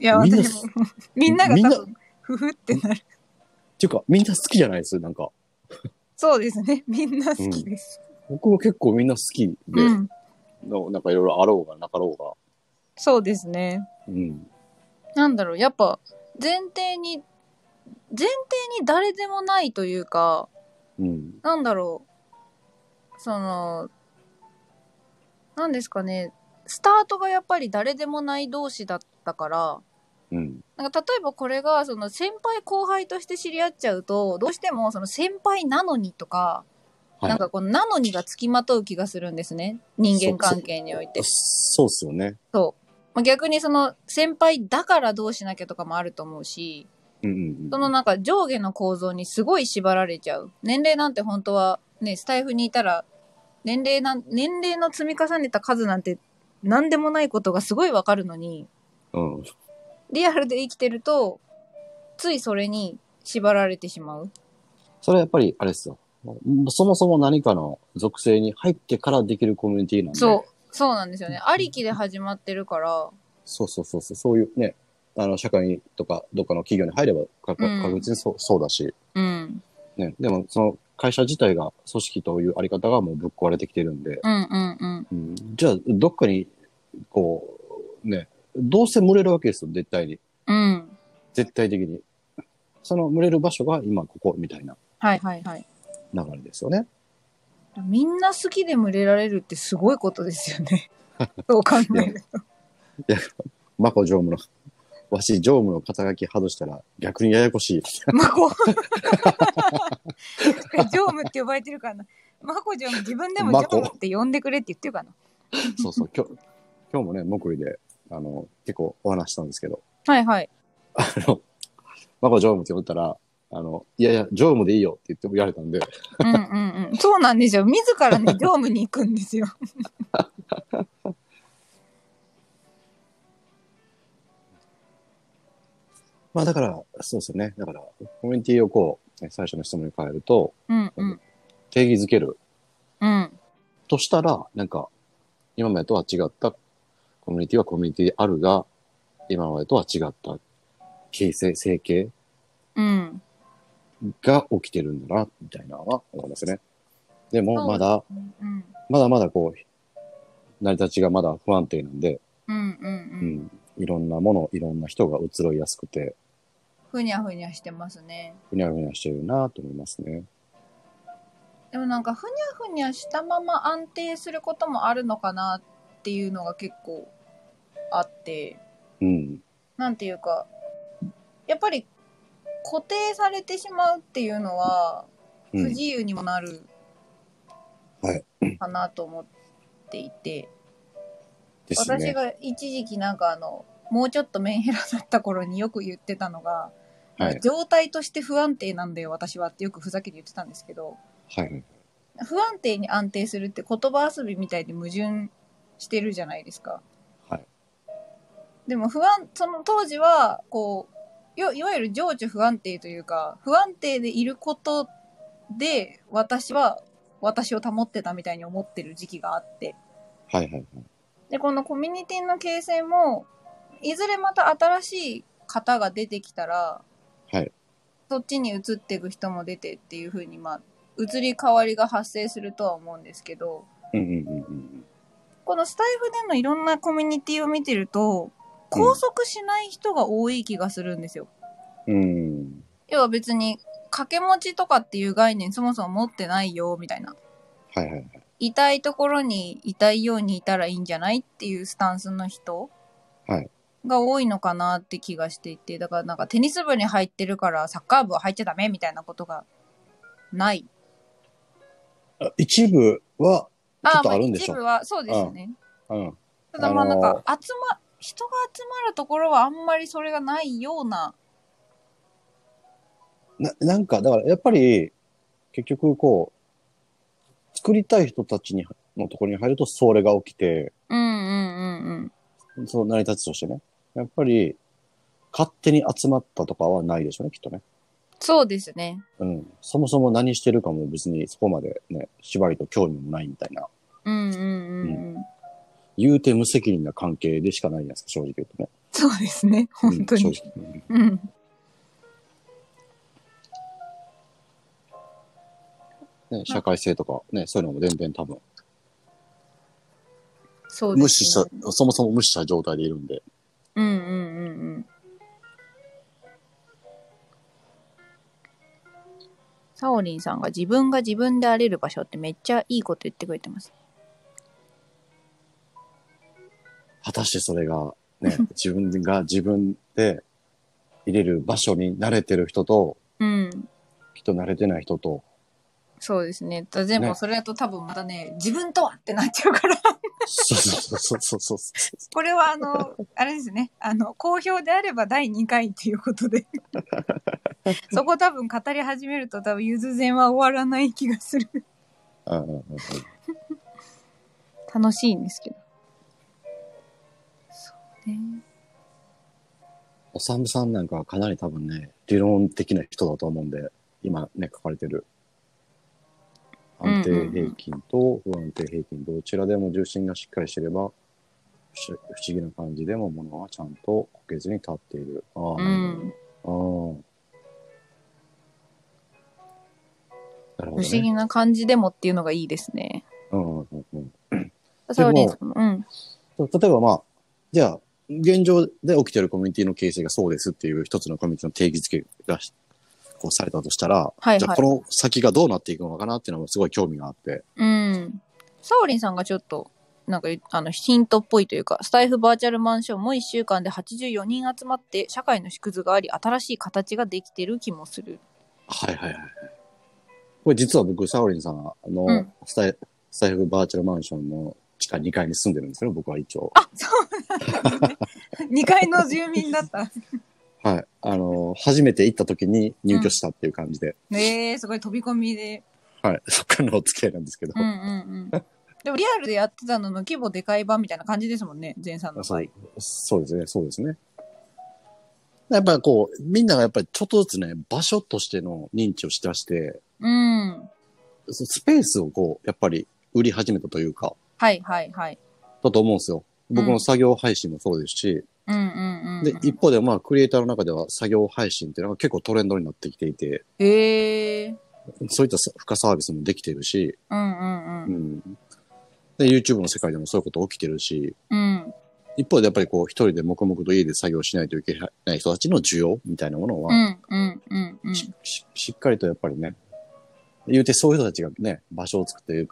S1: いや、
S2: みんな
S1: 私も、みんなが
S2: みん
S1: 多
S2: な
S1: 分、ふふってなる。
S2: ていうかみんな好きじゃないですなんか
S1: そうですね、みんな好きです。
S2: 僕も結構みんな好きで、
S1: うん、
S2: のなんかいろいろあろうがなかろ
S1: そうですね。
S2: うが、うん、
S1: なんだろう、やっぱ、前提に、前提に誰でもないというか、
S2: うん、
S1: なんだろう、その、なんですかね、スタートがやっぱり誰でもない同士だったから、
S2: うん、
S1: なんか例えばこれがその先輩後輩として知り合っちゃうとどうしてもその先輩なのにとか、
S2: はい
S1: なんかこのなのにがつきまとう気がするんですね人間関係においてそう
S2: そうっすよね。
S1: まあ逆にその先輩だからどうしなきゃとかもあると思うし
S2: うんうん
S1: そのなんか上下の構造にすごい縛られちゃう年齢なんて本当はねスタイフにいたら年齢なん年齢の積み重ねた数なんて何でもないことがすごいわかるのに
S2: うん、うん、
S1: リアルで生きてると、ついそれに縛られてしまう。
S2: それはやっぱりあれですよ。そもそも何かの属性に入ってからできるコミュニティなんで。
S1: そう、そうなんですよね。ありきで始まってるから、
S2: そうそうそうそう、そういうね、あの、社会とか、どっかの企業に入ればか、か
S1: うん
S2: 確実にそう,、そうだし、
S1: うん、
S2: ね、でもその会社自体が、組織というあり方がもうぶっ壊れてきてるんで、
S1: うん、うん、うん。
S2: うん、じゃあ、どっかに、こう、ね、どうせ群れるわけですよ、絶対に。
S1: うん。
S2: 絶対的に。その群れる場所が今ここみたいな
S1: はい、はい、はい。
S2: 流れですよね。
S1: みんな好きで群れられるってすごいことですよね。そう考えると。
S2: マコ常務の わし、常務の肩書き外したら逆にややこしい。
S1: マコ。常務って呼ばれてるからな。マコ常務、自分でも常務って呼んでくれって言ってるからな。
S2: そうそう、今日、今日もね、木曜日で、あの、結構お話したんですけど、
S1: はいはい。
S2: あの、マコ常務って呼んだら、あの、いやいや、常務でいいよって言って言われたんで、
S1: うんうんうん。そうなんですよ。自らね、常務に行くんですよ。
S2: まあだから、そうですよね。だから、コミュニティをこう、最初の質問に変えると、
S1: うんうん。
S2: 定義づける
S1: うん。
S2: としたら、なんか、今までとは違った、コミュニティはコミュニティであるが、今までとは違った形成、成形
S1: うん。
S2: が起きてるんだな、みたいなのは思いますね。でも、
S1: そう
S2: まだ、
S1: うん。
S2: まだまだこう、成り立ちがまだ不安定なんで、
S1: うんう
S2: うん
S1: うん。
S2: ん、いろんなもの、いろんな人が移ろいやすくて、
S1: ふにゃふにゃしてますね。
S2: ふにゃふにゃしてるなと思いますね。
S1: でもなんか、ふにゃふにゃしたまま安定することもあるのかなっていうのが結構あって、
S2: うん。
S1: なんていうか、やっぱり固定されてしまうっていうのは、
S2: う
S1: 不
S2: ん
S1: 自。由にもなる
S2: はい
S1: かなと思っていて、
S2: です
S1: 私
S2: ね。
S1: が一時期なんかあのもうちょっとメンヘラだった頃によく言ってたのが、
S2: はい。
S1: 状態として不安定なんだよ私はってよくふざけて言ってたんですけど
S2: はい。
S1: 不安定に安定するって言葉遊びみたいで矛盾してるじゃないですか。
S2: はい
S1: でも不安その当時はこうよいわゆる情緒不安定というか不安定でいることで私は私を保ってたみたいに思ってる時期があって。
S2: はい。はい。
S1: でこのコミュニティの形成もいずれまた新しい方が出てきたら、
S2: はい
S1: そっちに移っていく人も出てっていうふうにまあ移り変わりが発生するとは思うんですけど
S2: うんうんうんうん。
S1: このスタイフでのいろんなコミュニティを見てると拘束しない人が多い気がするんですよ。
S2: うん。
S1: 要は別に掛け持ちとかっていう概念そもそも持ってないよみたいな。
S2: はいはいはい。
S1: いたいところにいたいようにいたらいいんじゃないっていうスタンスの人
S2: はい
S1: が多いのかなって気がしていてだからなんかテニス部に入ってるからサッカー部は入っちゃダメみたいなことがない
S2: あ一部は、ちょっと
S1: ま
S2: あるんでしょ
S1: 一部はそうですね
S2: うん。
S1: ただまあ
S2: あ
S1: な
S2: の
S1: ん
S2: ー
S1: か集ま人が集まるところはあんまりそれがないような
S2: な、なんか、だからやっぱり、結局こう、作りたい人たちに、のところに入ると、それが起きて、
S1: うんうんうんうん
S2: その成り立ちとしてね。やっぱり、勝手に集まったとかはないでしょうね、きっとね。
S1: そうですね
S2: うん。そもそも何してるかも別にそこまでね、縛りと興味もないみたいな。
S1: うんうんうん、うん、
S2: 言うて無責任な関係でしかないじゃないですか、正直言うとね。
S1: そうですね本当
S2: うん
S1: に
S2: 正直。うん
S1: うん
S2: ね、社会性とかね、そういうのも全然多分、
S1: そうですね
S2: 無視した、そもそも無視した状態でいるんで。
S1: うんうんうんうん。サオリンさんが自分が自分であれる場所ってめっちゃいいこと言ってくれてます。
S2: 果たしてそれが、 ね、自分が自分で入れる場所に慣れてる人と、
S1: うん。
S2: きっと慣れてない人 と、
S1: そうですね。だ全部
S2: ね
S1: それだと多分またね、自分とはってなっちゃうから。
S2: そうそうそうそうそうそう。
S1: これはあの、あれですね。あの、好評であれば第2回っていうこと で。そこ多分語り始めると多分ゆず前は終わらない気がする。
S2: うんうんうんうん
S1: 楽しいんですけど。そうね。
S2: おさむさんなんかはかなり多分ね、理論的な人だと思うんで、今ね、書かれてる。安定平均と不安定平均、どちらでも重心がしっかりしてれば、不思不思議な感じでも物はちゃんとこけずに立っている。ああ、
S1: うん。
S2: ああ。なるほ
S1: 不
S2: ど、ね。
S1: 思議な感じでもっていうのがいいですね。
S2: うんうんうんうん。
S1: サオリンさんもうん。
S2: 例えばまあ、じゃあ、現状で起きてるコミュニティの形成がそうですっていう一つのコミュニティの定義づけがしこうされたとしたら、
S1: はい
S2: じゃ
S1: は
S2: あ
S1: い
S2: こ。の先がどうなっていくのかなっていうのもすごい興味があって。
S1: うん。サオリンさんがちょっとなんか言う、あの、ヒントっぽいというか、スタイフバーチャルマンションも1週間で84人集まって、社会の縮図があり、新しい形ができてる気もす る。
S2: はいはいはい。これ実は僕、サオリンさんの
S1: うん
S2: スタイ、スタイフバーチャルマンションの地下2階に住んでるんですよ、僕は一応。
S1: 2階の住民だった。
S2: はい。あの、初めて行った時に入居したっていう感じで、
S1: ねえ、すごい飛び込みで。
S2: はい。そっからのお付き合いなんですけど
S1: う。ん うんうん。でもリアルでやってたのの規模でかい版みたいな感じですもんね、前さんの
S2: そ
S1: 場合
S2: う。そうですね、そうですね。やっぱこう、みんながやっぱりちょっとずつね、場所としての認知をしだして、
S1: うん。
S2: そスペースをこう、やっぱり売り始めたというか、
S1: はいはいはい。
S2: だと思うんですよ。僕の作業配信もそうですし、
S1: うんうんうん。
S2: で、一方でまあ、クリエイターの中では作業配信っていうのが結構トレンドになってきていて、
S1: へえ。
S2: そういった付加サービスもできてるし、
S1: うんうんう。
S2: うんん。で、YouTube の世界でもそういうこと起きてるし、
S1: うん。
S2: 一方でやっぱりこう、一人で黙々と家で作業しないといけない人たちの需要みたいなものは
S1: う、んうんうんうん。
S2: しししっかりとやっぱりね、言うてそういう人たちがね、場所を作って、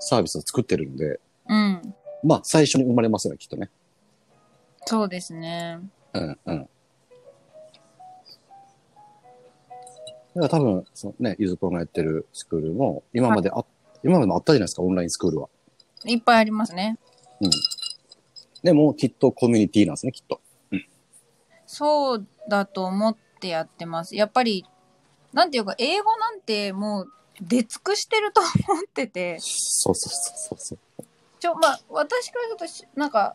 S2: サービスを作ってるので、
S1: うん。
S2: まあ最初に生まれますよね、きっとね。
S1: そうですね。
S2: うんうん。だから多分、そのね、ゆずぽんがやってるスクールも、今まであ、今までもあったじゃないですか、オンラインスクールは。
S1: いっぱいありますね。
S2: でも、きっとコミュニティなんですね、きっと。
S1: そうだと思ってやってます。やっぱり、なんていうか、英語なんてもう出尽くしてると思ってて、
S2: そうそうそうそう。
S1: ちょ、まあ、私からするとし、なんか、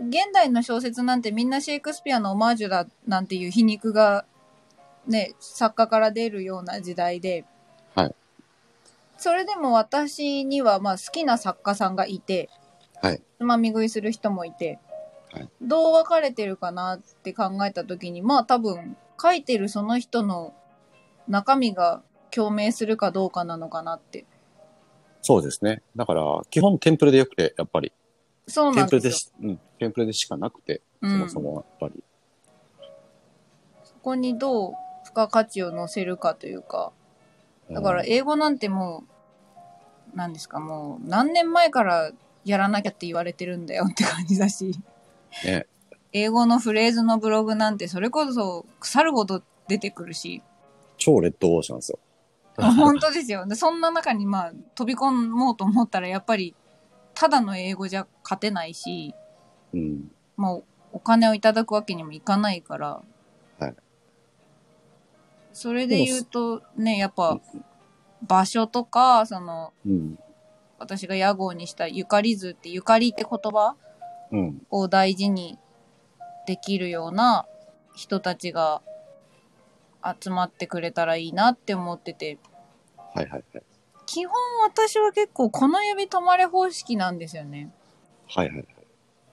S1: 現代の小説なんてみんなシェイクスピアのオマージュだなんていう皮肉が、ね、作家から出るような時代で、
S2: はい
S1: それでも私には、まあ、好きな作家さんがいて、
S2: はい
S1: つまみ食いする人もいて、
S2: はい
S1: どう分かれてるかなって考えた時に、まあ、多分、書いてるその人の中身が共鳴するかどうかなのかなって。
S2: そうですね。だから、基本テンプレでよくて、やっぱり。
S1: そう
S2: テ
S1: なん
S2: ンプレ
S1: です
S2: で
S1: よ。
S2: し、うん、テンプレでしかなくて、
S1: う
S2: そ
S1: ん
S2: もそもやっぱり。
S1: そこにどう付加価値を乗せるかというか、だから
S2: うん
S1: 英語なんてもう、何ですか、もう何年前からやらなきゃって言われてるんだよって感じだし、
S2: ね
S1: 英語のフレーズのブログなんてそれこそ腐るほど出てくる し、
S2: 超レッドオーシャンですよ。
S1: 本当ですよ。で、そんな中にまあ飛び込もうと思ったらやっぱりただの英語じゃ勝てないし、
S2: うん。
S1: まあ、お金をいただくわけにもいかないから、
S2: はい
S1: それで言うとねやっぱ場所とかその
S2: うん。
S1: 私が屋号にしたゆかり図ってゆかりって言葉
S2: うん。
S1: を大事にできるような人たちが集まってくれたらいいなって思ってて
S2: はいはいはい。
S1: 基本私は結構この指止まれ方式なんですよね
S2: はいはいはい。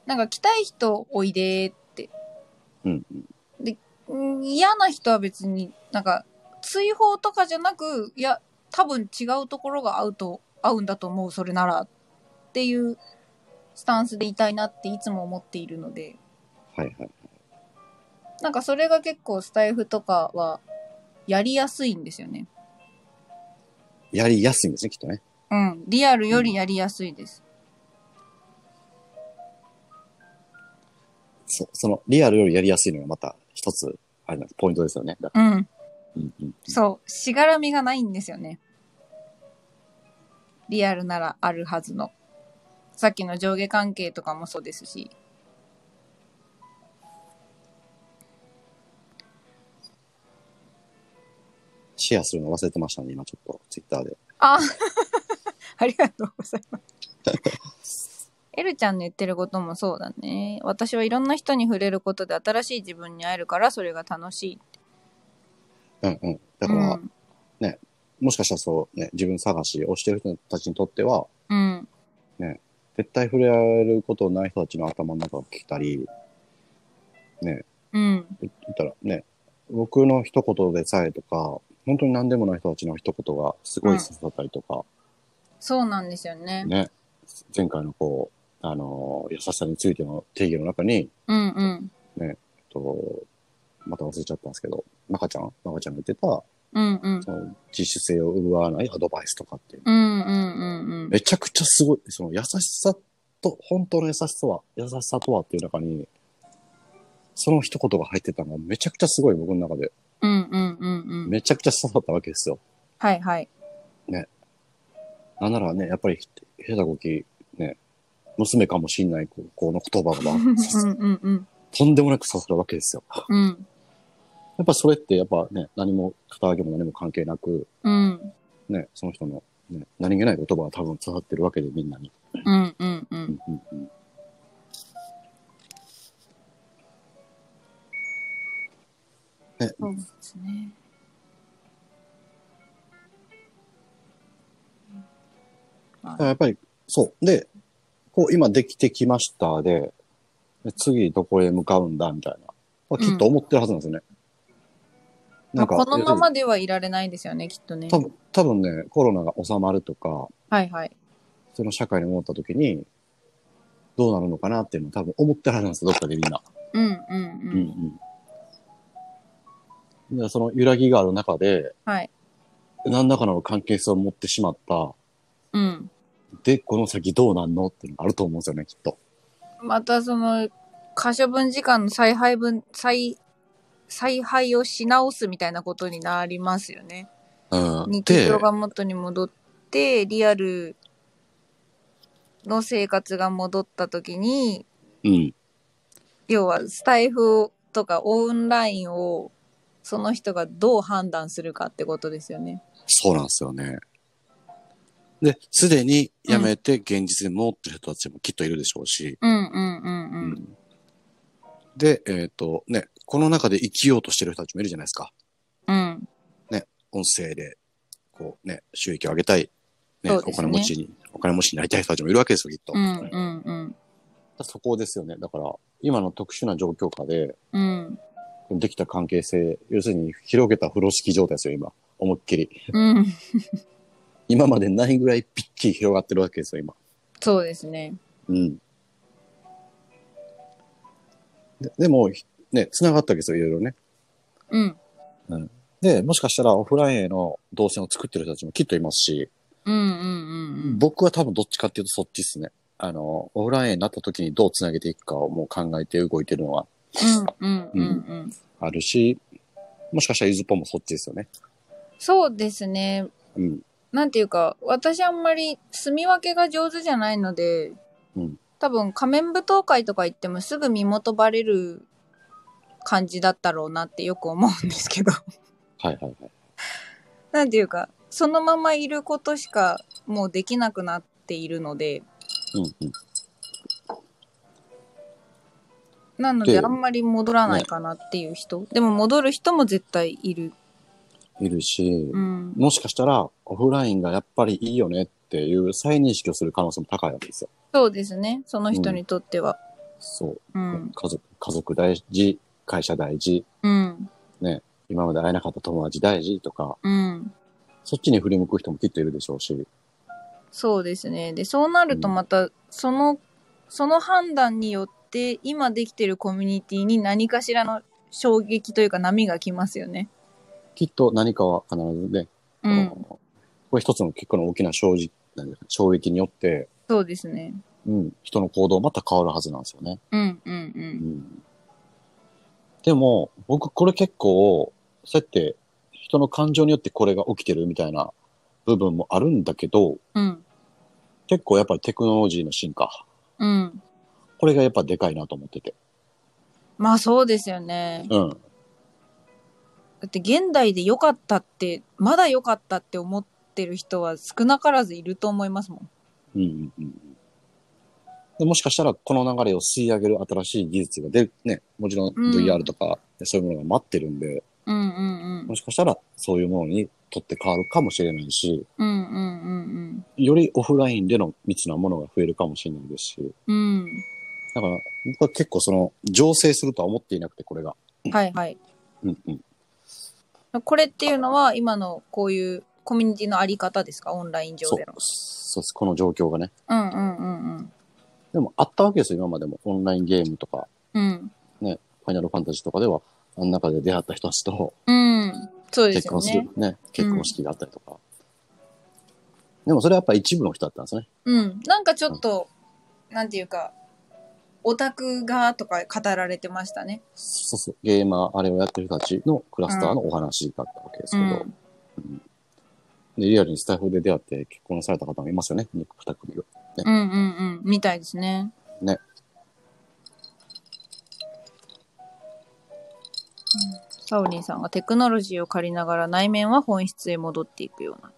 S1: なんか来たい人おいでーって
S2: うん。うん
S1: うん嫌な人は別になんか追放とかじゃなくいや多分違うところが合うと合うんだと思うそれならっていうスタンスでいたいなっていつも思っているので
S2: はいはい。
S1: なんかそれが結構スタイフとかはやりやすいんですよね
S2: やりやすいんですね、きっとね。
S1: うんリアルよりやりやすいです、
S2: そその、リアルよりやりやすいのがまた一つ、あれなんですポイントですよね。だ
S1: うん、
S2: うんうん、
S1: そうしがらみがないんですよねリアルならあるはずのさっきの上下関係とかもそうですし
S2: シェアするの忘れてましたね、今ちょっと、ツイッターで。
S1: あ ありがとうございます。エルちゃんの言ってることもそうだね。私はいろんな人に触れることで新しい自分に会えるからそれが楽しい。
S2: うんうん。だ
S1: う
S2: から、
S1: ん。
S2: もしかしたらそうね、自分探しをしてる人たちにとっては、
S1: うん。
S2: 絶対触れられることない人たちの頭の中を聞いたり、
S1: うん。
S2: 言ったらね、僕の一言でさえとか、本当に何でもない人たちの一言がすごい刺さったりとか、
S1: そうなんですよね。
S2: ね、前回のこう、あのー優しさについての定義の中に、
S1: うんうん。
S2: と、また忘れちゃったんですけど、中ちゃん中ちゃんが言ってた、
S1: うんうん。
S2: その自主性を奪わないアドバイスとかっていう。
S1: うんうんうんうん。
S2: めちゃくちゃすごい、その優しさと、本当の優しさは、優しさとはっていう中に、その一言が入ってたのがめちゃくちゃすごい僕の中で、
S1: うんうんうんうん。
S2: めちゃくちゃ刺さったわけですよ。
S1: はいはい。
S2: なんならね、やっぱり、下手こき、ね、娘かもしんない子子の言葉が、
S1: うんうんうん。
S2: とんでもなく刺さるわけですよ。
S1: うん。
S2: やっぱそれって、やっぱね、何も、肩上げも何も関係なく、
S1: うん。
S2: ね、その人の、ね、何気ない言葉が多分刺さってるわけで、みんなに。
S1: うんうんうん。
S2: うんうんうんね、
S1: そうですね。
S2: あやっぱり、そう。で、こう、今できてきましたで、で次どこへ向かうんだ、みたいな。まあ、きっと思ってるはずなんですよね。
S1: まあ、このままではいられないですよね、きっとね。
S2: 多分、多分ね、コロナが収まるとか、
S1: はいはい。
S2: その社会に戻った時に、どうなるのかなっていうのを多分思ってるはずなんですよ、どっかでみんな。
S1: うんうん
S2: う
S1: うんん。
S2: うん。でその揺らぎがある中で、
S1: はい。
S2: 何らかの関係性を持ってしまった。
S1: うん。
S2: で、この先どうなんのっていうのがあると思うんですよね、きっと。
S1: またその、可処分時間の再配分、再、再配をし直すみたいなことになりますよね。
S2: うん。
S1: 日
S2: で、
S1: 常が元に戻って、リアルの生活が戻った時に、
S2: うん。
S1: 要はスタイフとかオンラインをその人がどう判断するかってことですよね。
S2: そうなんですよね。で、すでに辞めて現実に戻ってる人たちもきっといるでしょうし、
S1: うんうんうんうん。
S2: うんで、えっ、とね、この中で生きようとしてる人たちもいるじゃないですか。
S1: うん。
S2: 音声で、こうね、収益を上げたい、ね
S1: そう
S2: お
S1: ですね
S2: 金持ちに、お金持ちになりたい人たちもいるわけですよ、きっと。
S1: うんうんうん。
S2: そこですよね。だから、今の特殊な状況下で、
S1: うん。
S2: できた関係性、要するに広げた風呂敷状態ですよ、今。思いっきり。
S1: うん。
S2: 今までないぐらいピッキリ広がってるわけですよ、今。
S1: そうですね。
S2: うん。ででも、ひね、繋がったわけですよ、いろいろね。
S1: うん。
S2: で、もしかしたらオフラインへの動線を作ってる人たちもきっといますし、
S1: うんうん
S2: 僕は多分どっちかっていうとそっちですね。あの、オフラインになった時にどう繋げていくかをもう考えて動いてるのは
S1: うん。うんうんうんうん。
S2: あるし、もしかしたらゆずぽんもそっちですよね。
S1: そうですね。
S2: うん。
S1: なんていうか、私あんまり住み分けが上手じゃないので、
S2: うん
S1: 多分仮面舞踏会とか行ってもすぐ身元バレる感じだったろうなってよく思うんですけど。
S2: はいはいはい。
S1: なんていうか、そのままいることしかもうできなくなっているので、
S2: うんうん。
S1: なので
S2: で
S1: あんまり戻らないかなっていう人。でも戻る人も絶対いる。
S2: いるし
S1: う、ん。
S2: もしかしたらオフラインがやっぱりいいよねっていう再認識をする可能性も高いわけですよ。
S1: そうですね。その人にとっては。
S2: そう。
S1: うん。
S2: 家族、家族大事、会社大事、
S1: うん。
S2: 今まで会えなかった友達大事とか、
S1: うん。
S2: そっちに振り向く人もきっといるでしょうし、
S1: そうですね。で、そうなるとまた、その、その判断によって、今できてるコミュニティに何かしらの衝撃というか波が来ますよね。
S2: きっと何かは必ずね、
S1: う
S2: あ
S1: ん。
S2: のこれ一つの結構の大きな衝撃、なんだ衝撃によって、
S1: そうですね。
S2: うん、人の行動また変わるはずなんですよね。
S1: うんう
S2: うんん、でも、僕これ結構、そうやって人の感情によってこれが起きてるみたいな部分もあるんだけ
S1: う
S2: ど、
S1: ん。うん。
S2: 結構やっぱりテクノロジーの進化、
S1: うん。
S2: これがやっぱでかいなと思ってて。
S1: まあそうですよね。
S2: うん。
S1: だって現代で良かったって、まだ良かったって思ってる人は少なからずいると思いますもん。
S2: うんうんうんでもしかしたらこの流れを吸い上げる新しい技術が出る、ね、もちろん
S1: うん
S2: VR とかそういうものが待ってるんで、
S1: うんうんうん
S2: も。しかしたらそういうものにとって変わるかもしれないし、
S1: うんうんうん
S2: よりオフラインでの密なものが増えるかもしれないですし、
S1: うん。
S2: だから僕は結構その、醸成するとは思っていなくて、これが。
S1: うん。はいはい。
S2: うんうん。
S1: これっていうのは今のこういうコミュニティのあり方ですかオンライン上
S2: そう
S1: での。、
S2: そうです。この状況がね。
S1: うんうんうんうん。
S2: でもあったわけですよ、今までも。オンラインゲームとか、
S1: うん。
S2: ファイナルファンタジーとかでは、あの中で出会った人たちと、
S1: うん。そうです
S2: 結
S1: よ
S2: 婚する
S1: ね。
S2: ね、結婚式があったりとか。でもそれはやっぱ一部の人だったんですね。
S1: うん。なんかちょっと、なんていうか、オタクがとか語られてましたね。
S2: そうそう、ゲーマー、あれをやってる人たちのクラスターのお話だったわけですけど、
S1: うん
S2: でリアルにスタイフで出会って結婚された方もいますよね、2組が。
S1: うんうんうん。みたいですね。
S2: ね。
S1: サウリンさんがテクノロジーを借りながら内面は本質へ戻っていくような。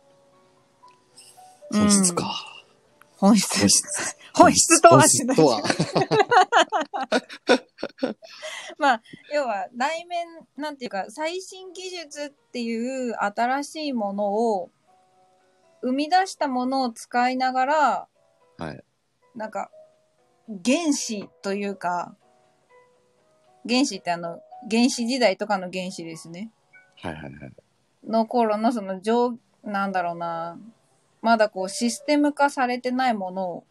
S1: うん
S2: 本質か。
S1: 本質。
S2: 本質。
S1: 本質とは
S2: 本質とは。
S1: まあ、要は内面、なんていうか、最新技術っていう新しいものを、生み出したものを使いながら、
S2: はい。
S1: なんか、原始というか、原始ってあの、原始時代とかの原始ですね。
S2: はいはいはい。
S1: の頃のその上、なんだろうな、まだこうシステム化されてないものを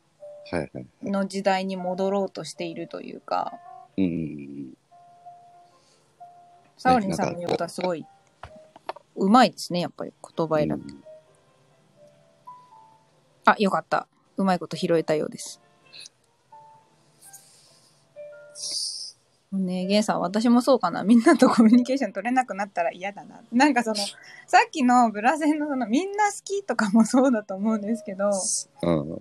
S2: はいはい。
S1: の時代に戻ろうとしているというか、
S2: うんうんうん。
S1: サオリンさんの言うことはすごい、うまいですね、やっぱり言葉選び。
S2: うん
S1: あ、よかった。うまいこと拾えたようです。ねえ、ゲンさん、私もそうかな。みんなとコミュニケーション取れなくなったら嫌だな。なんかその、さっきのブラセンのその、みんな好きとかもそうだと思うんですけど、
S2: うん。
S1: 幼い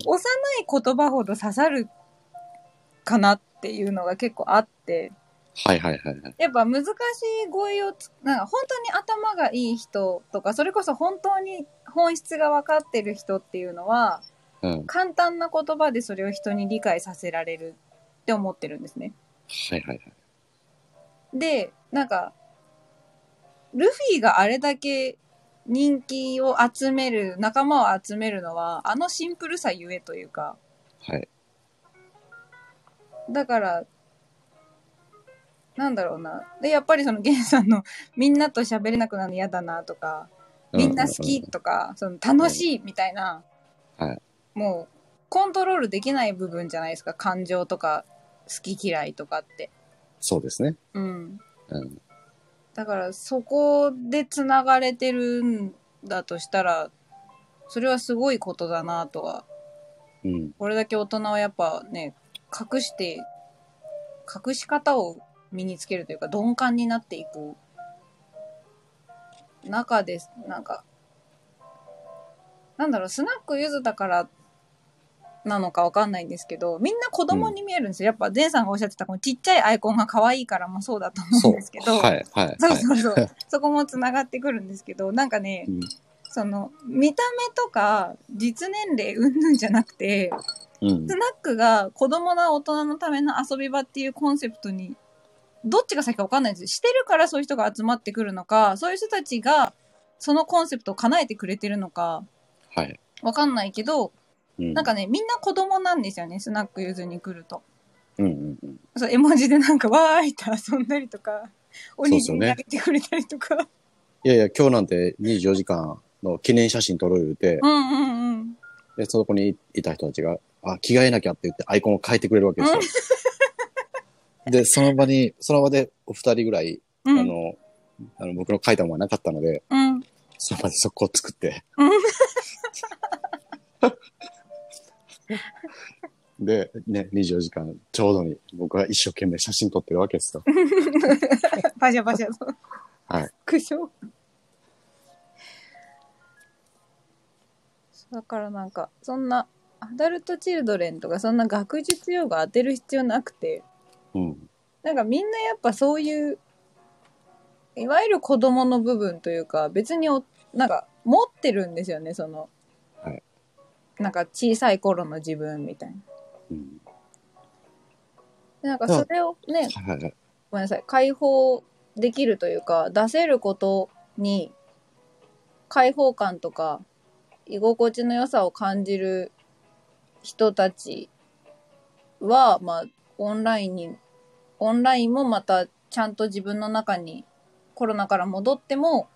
S1: 言葉ほど刺さるかなっていうのが結構あって、
S2: はいはいはいはい。
S1: やっぱ難しい語彙をつ、なんか本当に頭がいい人とか、それこそ本当に本質が分かってる人っていうのは、
S2: うん。
S1: 簡単な言葉でそれを人に理解させられるって思ってるんですね。
S2: はいはいはい。
S1: で、なんか、ルフィがあれだけ人気を集める、仲間を集めるのは、あのシンプルさゆえというか、
S2: はい。
S1: だから、なんだろうな。で、やっぱりそのゲンさんの、みんなと喋れなくなるの嫌だなとか、みんな好きとか、その楽しいみたいな、
S2: はい
S1: もうコントロールできない部分じゃないですか、感情とか好き嫌いとかって。
S2: そうですね。
S1: うん。
S2: うん。
S1: だからそこでつながれてるんだとしたら、それはすごいことだなとは。
S2: うん。
S1: これだけ大人はやっぱね、隠して、隠し方を身につけるというか、鈍感になっていく中です。なんか、なんだろう、スナックゆずだからなのかわかんないんですけど、みんな子供に見えるんですよ。やっぱ、ゼンさんがおっしゃってた、このちっちゃいアイコンが可愛いからもそうだと
S2: そ
S1: 思
S2: う
S1: うんですけ。ど、
S2: はいはい
S1: そう
S2: はい。
S1: そうそう。 そこも繋がってくるんですけど、なんかね、
S2: うん
S1: その、見た目とか、実年齢うんぬんじゃなくて、
S2: うん
S1: ス。ナックが子供な大人のための遊び場っていうコンセプトに、どっちが先か分かんないんですよ。してるからそういう人が集まってくるのか、そういう人たちがそのコンセプトを叶えてくれてるのか、
S2: はい。
S1: 分かんないけど、
S2: うん
S1: なんかね、みんな子供なんですよね、スナックゆずに来ると。
S2: うんうんうん。
S1: そう、絵文字でなんかわーいって遊んだりとか、おにぎり投げてくれたりとか。
S2: いやいや、今日なんて24時間の記念写真撮ろう言うて、
S1: うんうんうん。
S2: で、そこにいた人たちが、あ、着替えなきゃって言ってアイコンを変えてくれるわけですよ。 で、その場に、その場でお二人ぐらい、
S1: うん。
S2: あの、あの僕の書いたものはなかったので、
S1: うん。
S2: その場で速攻作って
S1: うん。
S2: で、ね、24時間ちょうどに僕は一生懸命写真撮ってるわけですよ。
S1: パシャパシャと。
S2: はい。
S1: 苦笑。だからなんか、そんな、アダルトチルドレンとか、そんな学術用語当てる必要なくて、
S2: うん。
S1: なんかみんなやっぱそういう、いわゆる子供の部分というか、別にお、なんか持ってるんですよね、その、
S2: はい
S1: なんか小さい頃の自分みたいな。
S2: うん。
S1: でなんかそれをね、
S2: はいはい。
S1: ごめんなさい解放できるというか出せることに解放感とか居心地の良さを感じる人たちは、まあ、オンラインにオンラインもまたちゃんと自分の中にコロナから戻っても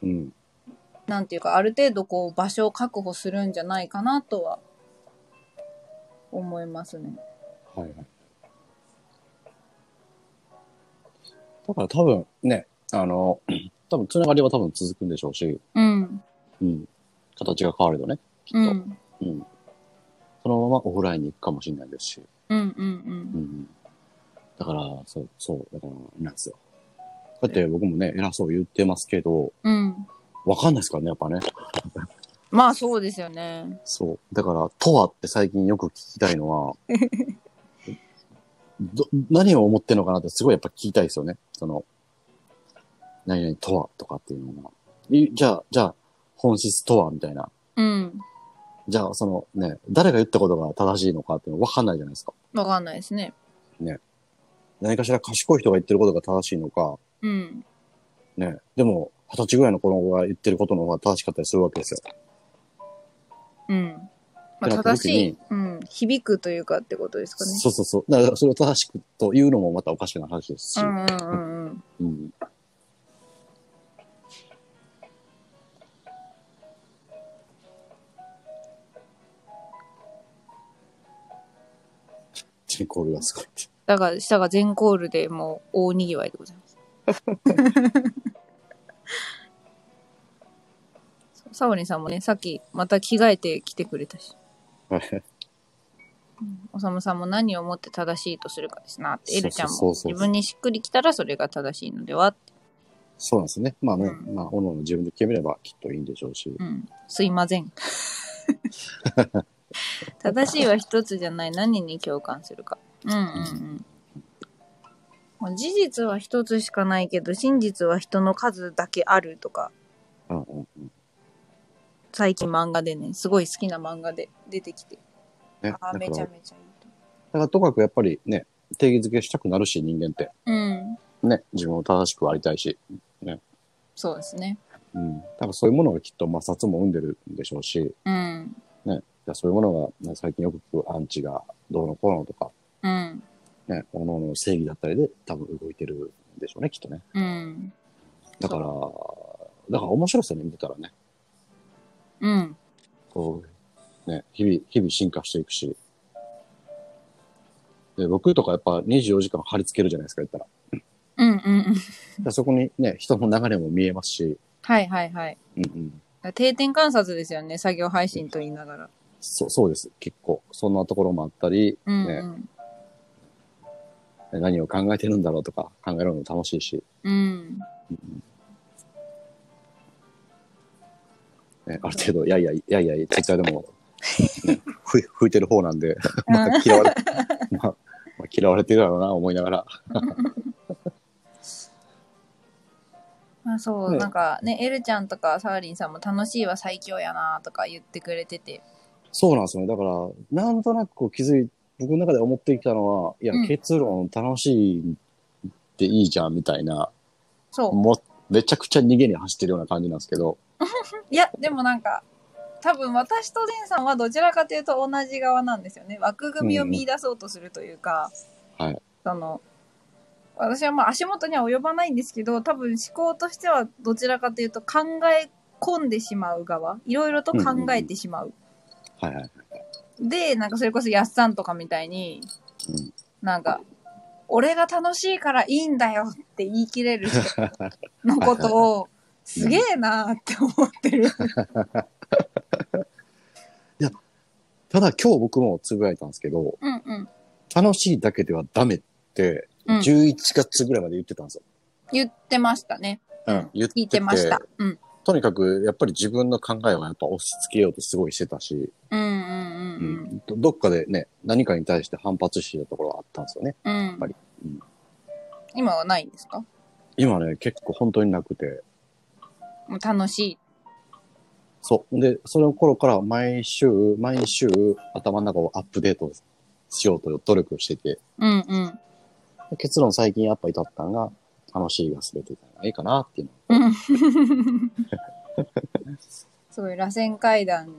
S2: うん。
S1: なんていうかある程度こう場所を確保するんじゃないかなとは思いますね。
S2: はいはい。だから多分ね、あの、 多分つながりは多分続くんでしょうし、
S1: うん、
S2: うん。形が変わるとね、きっ
S1: う
S2: と。
S1: ん、
S2: うん。そそのままオフラインに行くかもしれないですし。
S1: うんう
S2: うんん。だから、そう、そう、だから、なんですよ。こうやって僕もね、偉そう言ってますけど、
S1: うん。うん。
S2: わかんないですからね、やっぱね。
S1: まあそうですよね。
S2: そう。だから、とはって最近よく聞きたい のは、ど何を思ってんのかなってすごいやっぱ聞きたいですよね。その、何々とはとかっていうのが。いじゃあ、じゃあ、本質とはみたいな。
S1: うん。
S2: じゃあ、そのね、誰が言ったことが正しいのかっていうのわかんないじゃないですか。
S1: わかんないですね。
S2: 何かしら賢い人が言ってることが正しいのか、
S1: うん。
S2: ね、でも、二十歳ぐらいの子供が言ってることの方が正しかったりするわけですよ。
S1: うん。ま
S2: っ
S1: あ
S2: てなっ
S1: 正
S2: た時
S1: しい
S2: に、
S1: うん、響くというかってことですかね。
S2: そうそうそう。だから、それを正しくというのもまたおかしな話ですし。
S1: うんうんうんうん。
S2: うん。チンコールがすごいって。
S1: だから、下が全コールでもう大にぎわいでござい ます。そうサオリンさんもね、さっきまた着替えて来てくれたし、
S2: はい
S1: おさむさんも何をもって正しいとするかですなって、エルちゃん
S2: そ
S1: も
S2: うそうそうそう
S1: 自分にしっくりきたらそれが正しいのではって、
S2: そうなんですね。まあね、
S1: うん
S2: まあ、おのおの自分で決めればきっといいんでしょうし。
S1: うん、すいません。 正しいは一つじゃない、何に共感するか。うんうんうんまあ。事実は一つしかないけど、真実は人の数だけあるとか、
S2: うんうんうん。
S1: 最近漫画でね、すごい好きな漫画で出てきて、
S2: ね、だ
S1: あ
S2: か
S1: あ、
S2: ら、
S1: め
S2: だ
S1: ちゃ
S2: か
S1: めちゃいいと。
S2: らとかくやっぱりね、定義づけしたくなるし、人間って。
S1: うん、
S2: ね、自分を正しくありたいし。
S1: そうですね。
S2: うん。多分そういうものがきっと摩擦も生んでるんでしょうし、
S1: うん、
S2: じゃあそういうものが、ね、最近よく聞くアンチがどうのこうのとか、
S1: うん、
S2: ね、おのの正義だったりで多分動いてるんでしょうね、きっとね。
S1: うん、
S2: だから、だから面白さに見てたらね、
S1: うん、
S2: こう、ね、日々、日々進化していくし、で僕とかやっぱ24時間貼り付けるじゃないですか、言ったら。だ
S1: うん、うんうん。
S2: からそこにね、人の流れも見えますし、
S1: はいはいはい。
S2: うんうん。
S1: 定点観察ですよね、作業配信と言いながら。
S2: そう、そうです、結構。そんなところもあったり、
S1: うん、
S2: ね
S1: うん。
S2: 何を考えてるんだろうとか考えるのも楽しいし、
S1: うん。
S2: ね、ある程度、いやいや、いやいや、ツイッターでも、ね、ふ吹いてる方な んで、まあ嫌われ、 まあ、まあ嫌われてるだろうな、思いながら。
S1: まあそう、
S2: ね
S1: なんかね、エルちゃんとかサーリンさんも楽しいは最強やなとか言ってくれてて。
S2: そうなんですよね。だから、なんとなくこう気づい、僕の中で思ってきたのは、いや
S1: うん、
S2: 結論楽しいっていいじゃん、みたいな、
S1: そう。
S2: もう、めちゃくちゃ逃げに走ってるような感じなんですけど、
S1: いや、でもなんか、多分私とデンさんはどちらかというと同じ側なんですよね。枠組みを見出そうとするというか、
S2: はい
S1: その、私はまあ足元には及ばないんですけど、多分思考としてはどちらかというと考え込んでしまう側、いろいろと考えてしまう。
S2: はいはい。
S1: で、なんかそれこそやっさんとかみたいに、
S2: うん
S1: なんか、俺が楽しいからいいんだよって言い切れる人のことを、すげえなーって思ってる。
S2: ただ今日僕もつぶやいたんですけど、
S1: うんうん。
S2: 楽しいだけではダメって、
S1: うん
S2: 11月ぐらいまで言ってたんですよ。
S1: 言ってましたね。
S2: うん、言っ
S1: 聞
S2: て
S1: いてました。うん。
S2: とにかく、やっぱり自分の考えはやっぱ押し付けようとすごいしてたし、
S1: うんうんう
S2: う
S1: ん
S2: んどどっかでね、何かに対して反発してたところはあったんですよね。
S1: うん。
S2: ぱり
S1: う
S2: うん
S1: ん。今はないんですか
S2: 今ね、結構本当になくて、
S1: もう楽しい。
S2: そう。で、その頃から毎週、毎週、頭の中をアップデートしようという努力をしてて、
S1: うんうん。
S2: で結論最近やっぱ至ったのが、楽しいが全てじゃないかなっていうの。
S1: うん。すごい、螺旋階段、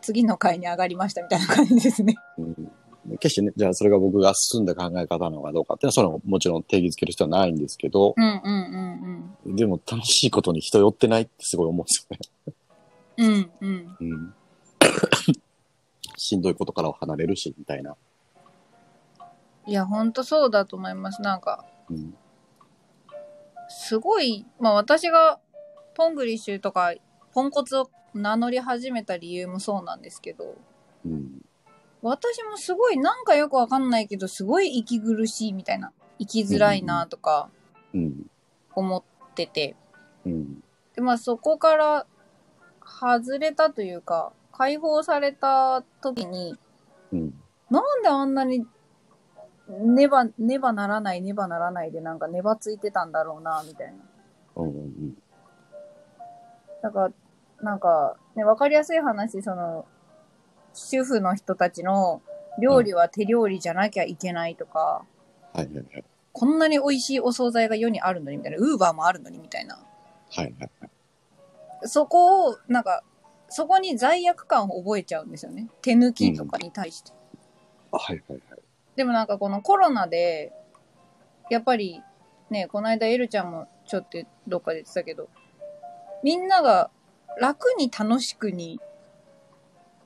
S1: 次の階に上がりましたみたいな感じですね。
S2: うん、決してね、じゃあそれが僕が進んだ考え方なのかどうかっていうのは、それももちろん定義づける人はないんですけど、
S1: うんうんうん
S2: でも楽しいことに人寄ってないってすごい思うんですよね。
S1: うん。うんうん。
S2: うん、しんどいことからは離れるし、みたいな。
S1: いや、ほんとそうだと思います。なんか、
S2: うん。
S1: すごい、まあ私がポングリッシュとか、ポンコツを名乗り始めた理由もそうなんですけど、
S2: うん。
S1: 私もすごい、なんかよくわかんないけど、すごい息苦しいみたいな、生きづらいなとか
S2: うん。
S1: 思ってて。
S2: うん。
S1: で、まあそこから外れたというか、解放された時に、
S2: うん。
S1: なんであんなに、ねば、ねばならない、ねばならないで、なんかねばついてたんだろうな、みたいな。
S2: うん。うん。
S1: だから、なんか、ね、わかりやすい話、その、主婦の人たちの、料理は手料理じゃなきゃいけないとか、
S2: はいはいはい。
S1: こんなに美味しいお惣菜が世にあるのに、みたいな、ウーバーもあるのに、みたいな。
S2: はいはい。
S1: そこを、なんか、そこに罪悪感を覚えちゃうんですよね。手抜きとかに対して。
S2: あはいはいはい。
S1: でもなんかこのコロナで、やっぱりね、この間エルちゃんもちょっとどっかで言ってたけど、みんなが楽に楽しくに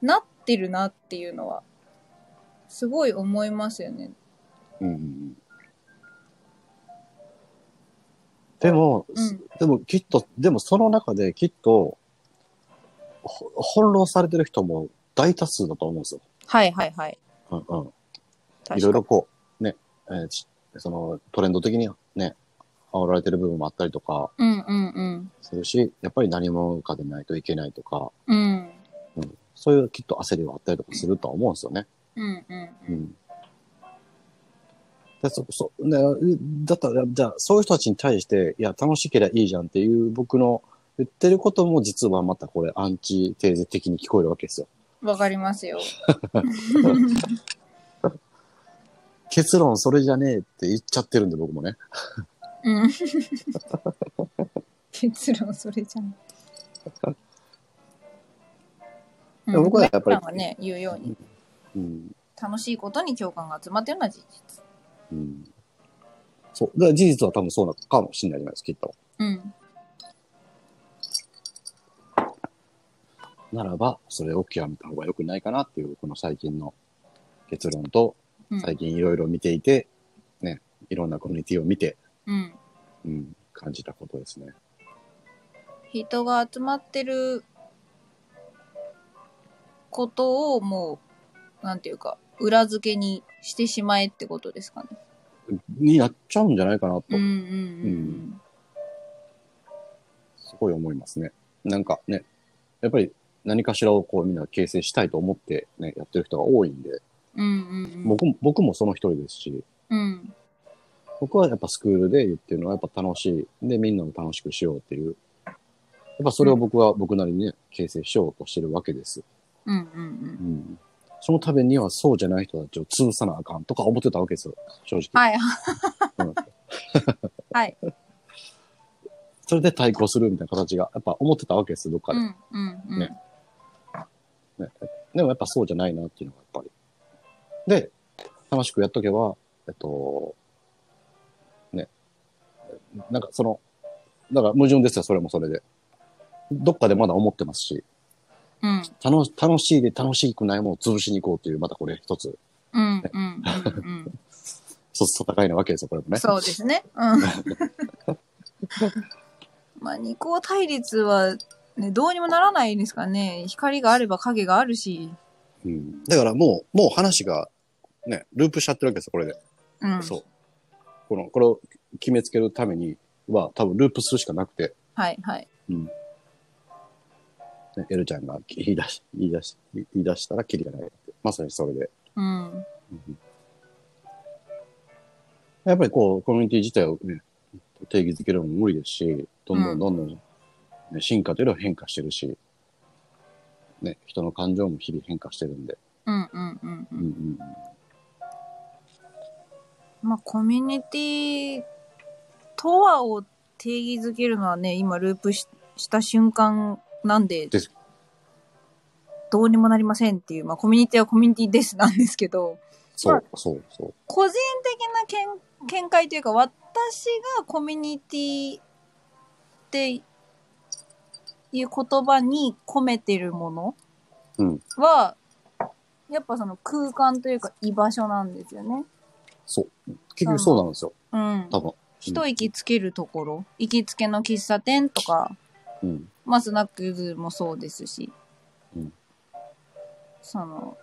S1: なってるなっていうのは、すごい思いますよね。
S2: うんうんうん。でも、
S1: うん
S2: でもきっと、でもその中できっと、ほ翻弄されてる人も大多数だと思うんですよ。
S1: はいはいはい。
S2: うんうん。
S1: 確か
S2: いろいろこう、ね、えーちそのトレンド的にね、煽られてる部分もあったりとか
S1: うんうんうん。
S2: するし、やっぱり何者かでないといけないとか、
S1: うん。
S2: そういうきっと焦りはあったりとかするとは思うんですよね。
S1: うんうんう。
S2: うんん。でそそねだったら、じゃあ、そういう人たちに対して、いや、楽しければいいじゃんっていう僕の言ってることも実はまたこれアンチテーゼ的に聞こえるわけですよ。
S1: わかりますよ。
S2: 結論それじゃねえって言っちゃってるんで僕もね。
S1: うん。 結論それじゃん。
S2: でも僕はやっぱり
S1: うん普段はね、言うように。
S2: うん。
S1: 楽しいことに共感が集まってるのは事実。
S2: うん。そう。だから事実は多分そうなのかもしれないじゃないですか、きっと。
S1: うん。
S2: ならば、それを極めた方が良くないかなっていう、この最近の結論と、
S1: うん
S2: 最近いろいろ見ていて、ね、いろんなコミュニティを見て、
S1: うん。
S2: うん、感じたことですね。
S1: 人が集まってることをもう、なんていうか、裏付けにしてしまえってことですかね。
S2: になっちゃうんじゃないかなと
S1: うん、うん
S2: すごい思いますね。なんかね、やっぱり何かしらをこうみんな形成したいと思ってね、やってる人が多いんで、
S1: うん。うんうんうん。
S2: 僕も、僕もその一人ですし、
S1: うん。
S2: 僕はやっぱスクールで言ってるのはやっぱ楽しい。で、みんなも楽しくしようっていう。やっぱそれを僕は僕なりにね、形成しようとしてるわけです。
S1: うんうんうん。
S2: うん。そのためにはそうじゃない人たちを潰さなあかんとか思ってたわけですよ。正直。
S1: はい。
S2: うん
S1: はい。
S2: それで対抗するみたいな形が、やっぱ思ってたわけですよ、どっか
S1: う
S2: で。
S1: んうんうん。
S2: ねでもやっぱそうじゃないなっていうのがやっぱり。で、楽しくやっとけば、えっと、ね、なんかその、だから矛盾ですよ、それもそれで。どっかでまだ思ってますし、
S1: うん
S2: 楽し楽しいで楽しくないものを潰しに行こうという、またこれ一つ、
S1: うんうんうん
S2: 一つ戦いなわけですよ、これも
S1: うん。
S2: ね。
S1: そうですね。うん。 まあ、二項対立は、ね、どうにもならないですからね。光があれば影があるし。
S2: うん。だからもう、もう話が、ね、ループしちゃってるわけですよ、これで。
S1: うん。
S2: そう。この、これを決めつけるためには、多分ループするしかなくて、
S1: はいはい。
S2: うん。ね、エルちゃんが言い出し、言い出し、言い出したらキリがないって。まさにそれで。
S1: うん。
S2: うんやっぱりこう、コミュニティ自体をね、定義づけるのも無理ですし、どんどんどんどん、ね進化というのは変化してるし、ね、人の感情も日々変化してるんで。
S1: うんうんうんう
S2: うん
S1: ん。
S2: うん
S1: まあ、コミュニティとはを定義づけるのはね、今ループしした瞬間なんで
S2: です、
S1: どうにもなりませんっていう、まあ、コミュニティはコミュニティですなんですけど、
S2: そ
S1: まあ
S2: う、そう、そう。
S1: 個人的な見見解というか、私がコミュニティっていう言葉に込めてるもの
S2: うん
S1: は、やっぱその空間というか居場所なんですよね。
S2: そう。結局そうなんですよ。
S1: うん。
S2: 多分。
S1: 一息つけるところ、行きつけの喫茶店とか、
S2: うん。
S1: まあスナックもそうですし、
S2: うん
S1: その、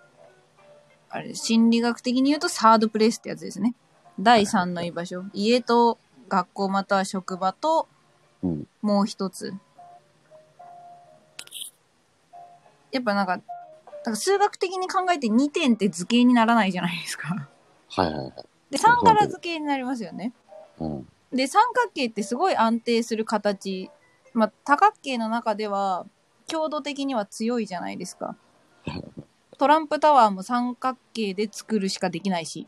S1: あれです、心理学的に言うとサードプレイスってやつですね。第三の居場所。家と学校または職場と
S2: うん。
S1: もう一つ。やっぱなんか、だから数学的に考えて2点って図形にならないじゃないですか。
S2: はいはいはい。
S1: で、
S2: そう
S1: 3から図形になりますよね。
S2: うん。
S1: で、三角形ってすごい安定する形。まあ、多角形の中では、強度的には強いじゃないです か。トランプタワーも三角形で作るしかできないし。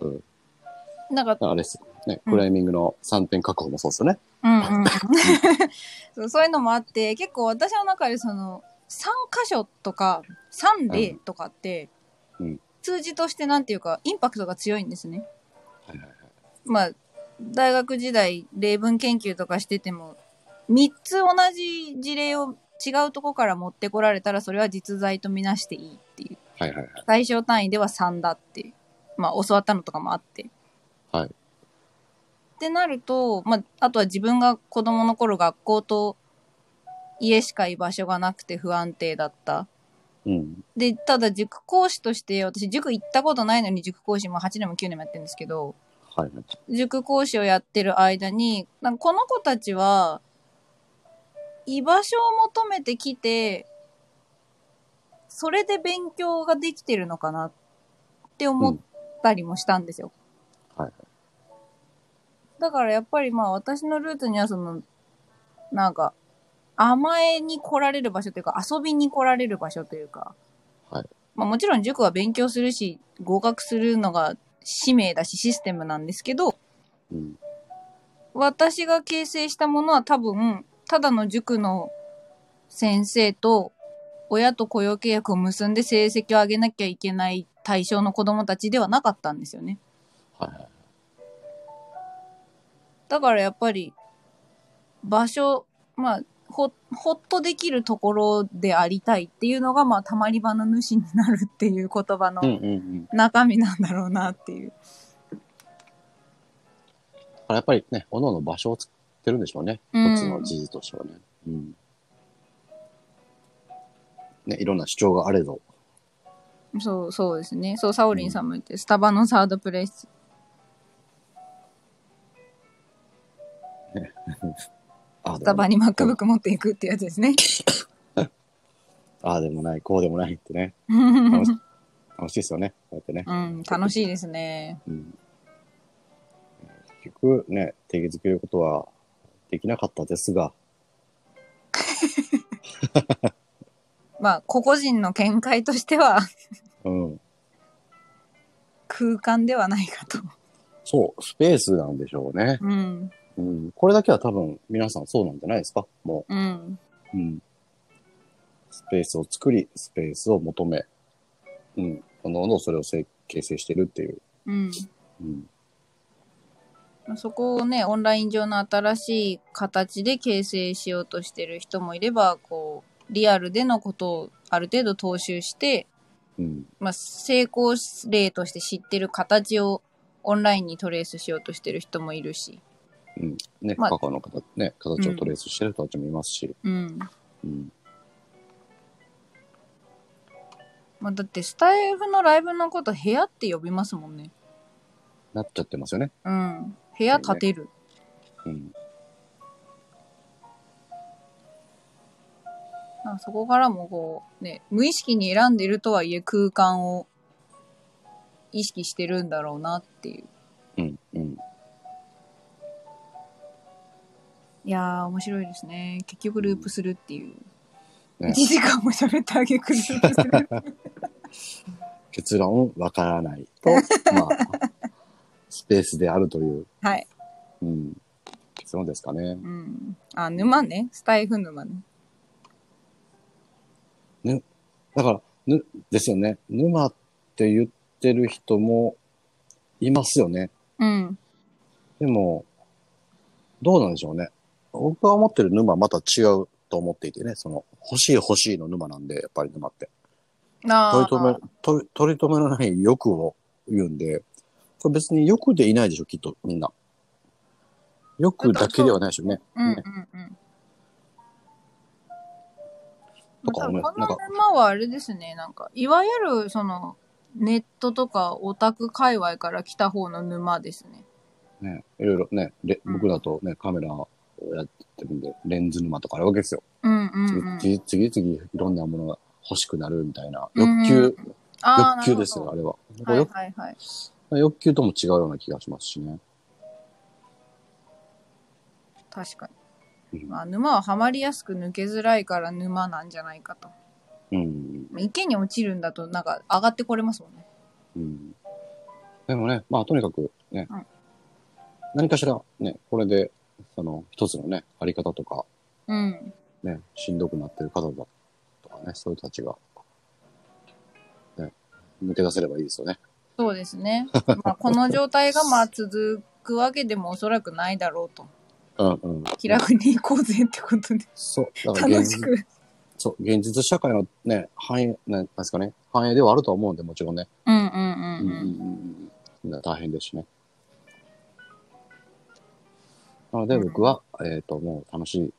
S2: うん
S1: なんか、
S2: あれですよね。
S1: うん
S2: クライミングの3点確保もそうですよね。
S1: うんうんうん、そうそういうのもあって結構私の中でその3箇所とか3例とかって、
S2: うんうん
S1: 数字としてなんていうかインパクトが強いんですね。
S2: はいはいはい。
S1: まあ大学時代例文研究とかしてても3つ同じ事例を違うとこから持ってこられたらそれは実在とみなしていいっていう
S2: はいはいはい。
S1: 対象単位では3だって、まあ、教わったのとかもあって。
S2: はい
S1: ってなると、まあ、あとは自分が子供の頃学校と家しか居場所がなくて不安定だった。
S2: うん。
S1: で、ただ塾講師として、私塾行ったことないのに塾講師も8年も9年もやってるんですけど、
S2: はいはい。
S1: 塾講師をやってる間に、なんかこの子たちは、居場所を求めてきて、それで勉強ができてるのかなって思ったりもしたんですよ。
S2: はいはい
S1: だからやっぱりまあ私のルーツにはその、なんか、甘えに来られる場所というか、遊びに来られる場所というか、
S2: はい
S1: まあもちろん塾は勉強するし、合格するのが使命だしシステムなんですけど、
S2: うん。
S1: 私が形成したものは多分、ただの塾の先生と、親と雇用契約を結んで成績を上げなきゃいけない対象の子供たちではなかったんですよね。
S2: はいはい。
S1: だからやっぱり、場所、まあ、ほ、ほっとできるところでありたいっていうのが、まあ、たまり場の主になるっていう言葉
S2: うん
S1: の
S2: うんうん。
S1: 中身なんだろうなっていう。
S2: だからやっぱりね、各々場所を作ってるんでしょうね。
S1: うん
S2: 一つの事実としてはね。うん。ね、いろんな主張があれど。
S1: そう、そうですね。そう、サオリンさんも言って、スタバのサードプレイス。
S2: ああ
S1: ス
S2: で
S1: タ
S2: も
S1: バ
S2: な
S1: に
S2: い、
S1: MacBook 持っていくってやつです ね。
S2: ああでもない、こうでもないってね。楽し
S1: う
S2: 楽しいですよね。こうやってね。
S1: ん、楽しいですね。
S2: うん。結局ね、定義づけることはできなかったですが、
S1: まあ、個々人の見解としては、
S2: うん。
S1: 空間ではないかと。
S2: そう、スペースなんでしょうね。
S1: うん、
S2: うん。これだけは多分皆さんそうなんじゃないですか。もう。
S1: うん、
S2: うん。スペースを作り、スペースを求め、うん。どんどんどんそれをせ形成してるっていう。
S1: うん。
S2: うん。
S1: そこをね、オンライン上の新しい形で形成しようとしてる人もいれば、こう、リアルでのことをある程度踏襲して、
S2: うん。
S1: まあ、成功例として知ってる形をオンラインにトレースしようとしてる人もいるし、
S2: ね、
S1: まあ
S2: カカオの形、ね、形をトレースしてる人たちもいますし。
S1: うん。
S2: うん。
S1: まあ、だって、スタイフのライブのこと部屋って呼びますもんね。
S2: なっちゃってますよね。
S1: うん。部屋建てる。
S2: うん。
S1: なんかそこからもこう、ね、無意識に選んでるとはいえ空間を意識してるんだろうなっていう。
S2: うん。うん。
S1: いやー、面白いですね。結局ループするっていう。
S2: ね
S1: 1時間も喋ってあげくループす る。
S2: 結論、わからない と、まあ、スペースであるという、
S1: はい。
S2: うん。結論ですかね。
S1: うん。あ、沼ね。スタイフ沼ね。
S2: だから、ぬ、ですよね。沼って言ってる人もいますよね。
S1: うん。
S2: でも、どうなんでしょうね。僕が思ってる沼はまた違うと思っていてね、その、欲しい欲しいの沼なんで、やっぱり沼って。
S1: あ
S2: 取
S1: あ
S2: り留め、取り取り留めのない欲を言うんで、これ別に欲でいないでしょ、きっと、みんな。欲だけではないでしょうね。
S1: うんうん
S2: ね
S1: うん。
S2: とか思い
S1: ま
S2: ま
S1: あ
S2: す
S1: この沼はあれですね、なんか、いわゆる、その、ネットとかオタク界隈から来た方の沼ですね。
S2: ね、いろいろね、レ
S1: うん
S2: 僕だとね、カメラをやってるんで、レンズ沼とかあるわけですよ。
S1: うんうんうん。
S2: 次次々いろんなものが欲しくなるみたいな、欲求、
S1: あー
S2: 欲求ですよ、あ。れは。
S1: なる
S2: 欲
S1: ほどはいはいはい。
S2: 欲求とも違うような気がしますしね。
S1: 確かに。
S2: うん
S1: まあ、沼はハマりやすく抜けづらいから沼なんじゃないかと。
S2: うん。
S1: まあ池に落ちるんだと、なんか上がってこれますもんね。
S2: うん。でもね、まあとにかくね、
S1: うん
S2: 何かしらね、これで、その一つのね、あり方とか、
S1: うん。
S2: ね、しんどくなってる方だとかね、そういう人たちが、ね、抜け出せればいいですよね。
S1: そうです ね。まあ、この状態がまあ続くわけでもおそらくないだろうと。
S2: うんうん。
S1: 気楽に行こうぜってことで。
S2: そう、だから
S1: 楽
S2: 現
S1: し
S2: 実、
S1: く。
S2: そう、現実社会のね、反映、ななんですかね、反映ではあるとは思うんで、もちろんね。
S1: うんうんうん
S2: う
S1: うん。
S2: んうんうん。大変ですしね。なので僕は、えっ、と、もう楽しい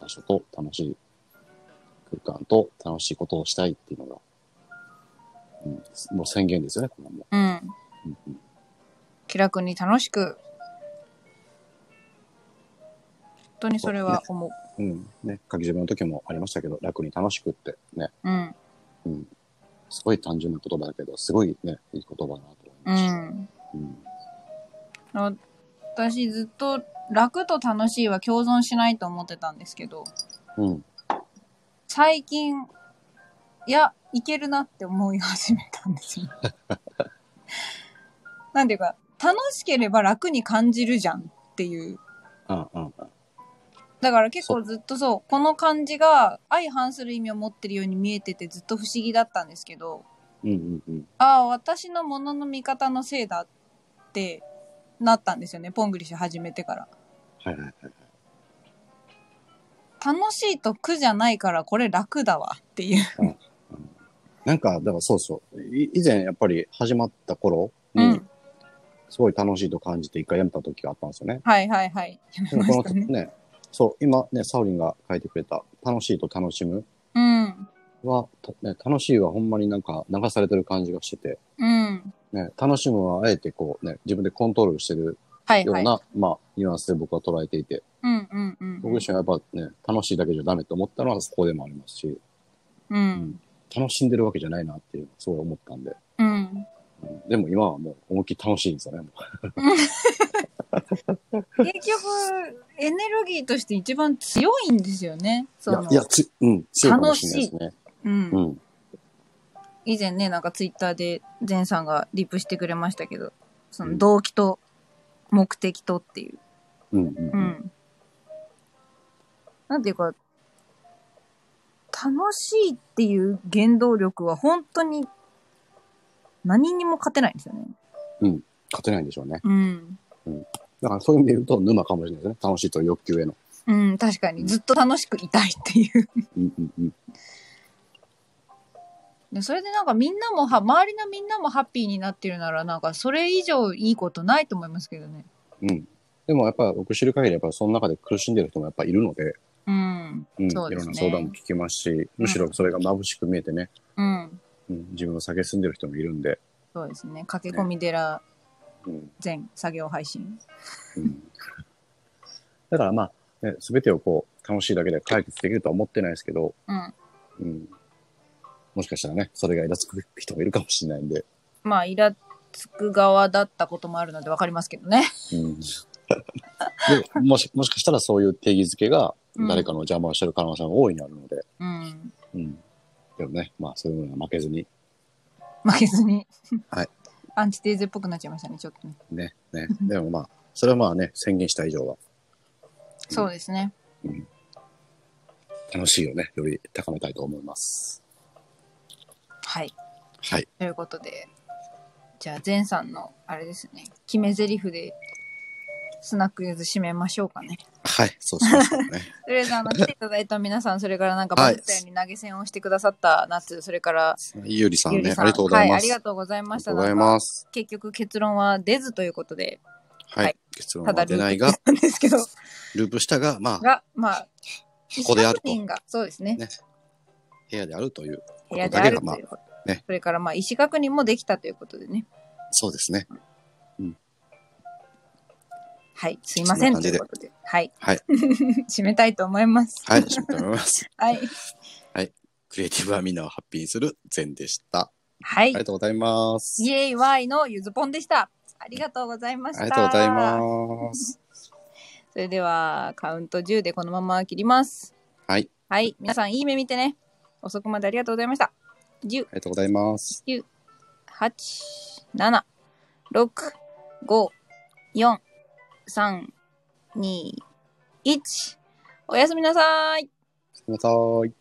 S2: 場所と楽しい空間と楽しいことをしたいっていうのが、うん、もう宣言ですよね、これはも
S1: うん。
S2: う。うんうん
S1: 気楽に楽しく。本当にそれは思う。
S2: うん。ね、書き締めの時もありましたけど、楽に楽しくってね、
S1: うん。
S2: すごい単純な言葉だけど、すごいね、いい言葉だなと思いうました。
S1: ん。
S2: うん。
S1: 私ずっと楽と楽しいは共存しないと思ってたんですけど、
S2: うん。
S1: 最近、いや、いけるなって思い始めたんですよ。 なんていうか、楽しければ楽に感じるじゃんっていう。
S2: ああ、ああ。
S1: だから結構ずっとそう、この感じが相反する意味を持ってるように見えててずっと不思議だったんですけど、
S2: うんうんうん。
S1: ああ、私のものの見方のせいだってなったんですよね。ポングリッシュ始めてから。
S2: はいはいはい。
S1: 楽しいと苦じゃないからこれ楽だわっていう。
S2: なんか、だからそうそう。い以前やっぱり始まった頃に、
S1: うん
S2: すごい楽しいと感じて一回やめた時があったんです よね。
S1: はいはいはい。やめ
S2: でも
S1: ま
S2: こ
S1: し
S2: の
S1: た
S2: 時
S1: ね。
S2: ね、そう、今ね、サオリンが書いてくれた、楽しいと楽しむ
S1: うん。
S2: は、とね、楽しいはほんまになんか流されてる感じがしてて、
S1: うん。
S2: ね、楽しむはあえてこうね、自分でコントロールしてる
S1: はい
S2: よう
S1: はい。
S2: な、まあ、ニュアンスで僕は捉えていて、
S1: うんうんうん。
S2: 僕自身はやっぱね、楽しいだけじゃダメと思ったのはそこでもありますし、
S1: うん。
S2: 楽しんでるわけじゃないなっていう、すごい思ったんで、
S1: うん。
S2: うんでも今はもう思いっきり楽しいんですよね。
S1: 結局、エネルギーとして一番強いんですよね。その
S2: いや、いやつ、うん、強いかもしれないですね。
S1: うん
S2: う。ん。
S1: 以前ね、なんかツイッターでゼンさんがリプしてくれましたけど、そうの
S2: ん
S1: 動機と目的とっていう。
S2: うん、うん。
S1: う
S2: うん
S1: ん。なんていうか、楽しいっていう原動力は本当に何にも勝てないんですよね。
S2: 勝てないんでしょうね。
S1: うん。
S2: だからそういう意味で言うと、沼かもしれないですね。楽しいと欲求への。
S1: うん、確かに。ずっと楽しくいたいっていう。
S2: うん、うん、うん。
S1: でそれでなんかみんなもは、周りのみんなもハッピーになってるなら、なんかそれ以上いいことないと思いますけどね。
S2: うん。でもやっぱ僕知る限り、やっぱその中で苦しんでる人もやっぱいるので、
S1: うん。
S2: うん、い
S1: そ
S2: ろ
S1: うですね
S2: んな相談も聞きますし、むしろそれが眩しく見えてね、
S1: うん。
S2: うん、自分を下げすんでる人もいるんで、
S1: そうですね。駆け込み寺
S2: うん。
S1: 全作業配信。
S2: うん、だからまあ、ね、すべてをこう、楽しいだけで解決できるとは思ってないですけど、
S1: うん。
S2: うん。もしかしたらね、それがイラつく人もいるかもしれないんで、
S1: まあ、イラつく側だったこともあるのでわかりますけどね。
S2: うんでもしもしかしたらそういう定義づけが誰かの邪魔をしてる可能性も大いにあるので、
S1: うん。
S2: うん、でもね、まあそういうものは負けずに、
S1: 負けずに。
S2: はい。
S1: アンチテーゼっぽくなっちゃいましたね、ちょっとね。
S2: ね、ね、でもまあ、それはまあね、宣言した以上は
S1: そうですね。
S2: 楽しいをね、より高めたいと思います。
S1: はい。
S2: はい。
S1: ということで、じゃあ、前さんの、あれですね、決め台詞で、スナックゆず締めましょうかね。
S2: はい、そうしましょう ね。
S1: とりあえず、あの、来ていただいた皆さん、それからなんか、
S2: はい
S1: 僕たように投げ銭をしてくださった夏、それから、
S2: ゆうりさん
S1: ゆり
S2: ね、
S1: さ
S2: あ
S1: ん、
S2: りがとうござ
S1: は
S2: いま
S1: い、あり
S2: す。
S1: がとうござい
S2: あ
S1: ま
S2: りが
S1: し
S2: と
S1: た。
S2: うござい
S1: なんか
S2: ます。
S1: 結局、結論は出ずということで、
S2: は
S1: はい
S2: い。結論
S1: ただ
S2: は
S1: ル
S2: 出ない
S1: ー
S2: が
S1: プ、なんですけど、
S2: ループしたが、まあ、
S1: が、まあ、
S2: こであると
S1: 一百人が、そうですね
S2: ね、部屋であるという。
S1: 部屋であるということ。
S2: ね
S1: それからまあ意思確認もできたということでね。
S2: そうですね。
S1: はい、すいません
S2: そ
S1: とい
S2: んな感じ
S1: う
S2: で
S1: ことで。はい。
S2: はい
S1: 締めたいと思います。
S2: はい、締めて思い ます。
S1: はい。
S2: クリエイティブはみんなをハッピーにする善でした。
S1: は
S2: あり
S1: い。
S2: がとうございます。
S1: イエイワイのゆずぽんでした。ありがとうございました。
S2: ありがとうございます。
S1: す。それでは、カウント10でこのまま切ります。
S2: はい、
S1: はい。皆さん、いい目見てね。遅くまでありがとうございました。10
S2: あ、りがとうございます。
S1: 8、7、6、5、4、3、2、1。おやすみなさい。
S2: ごめんなさい。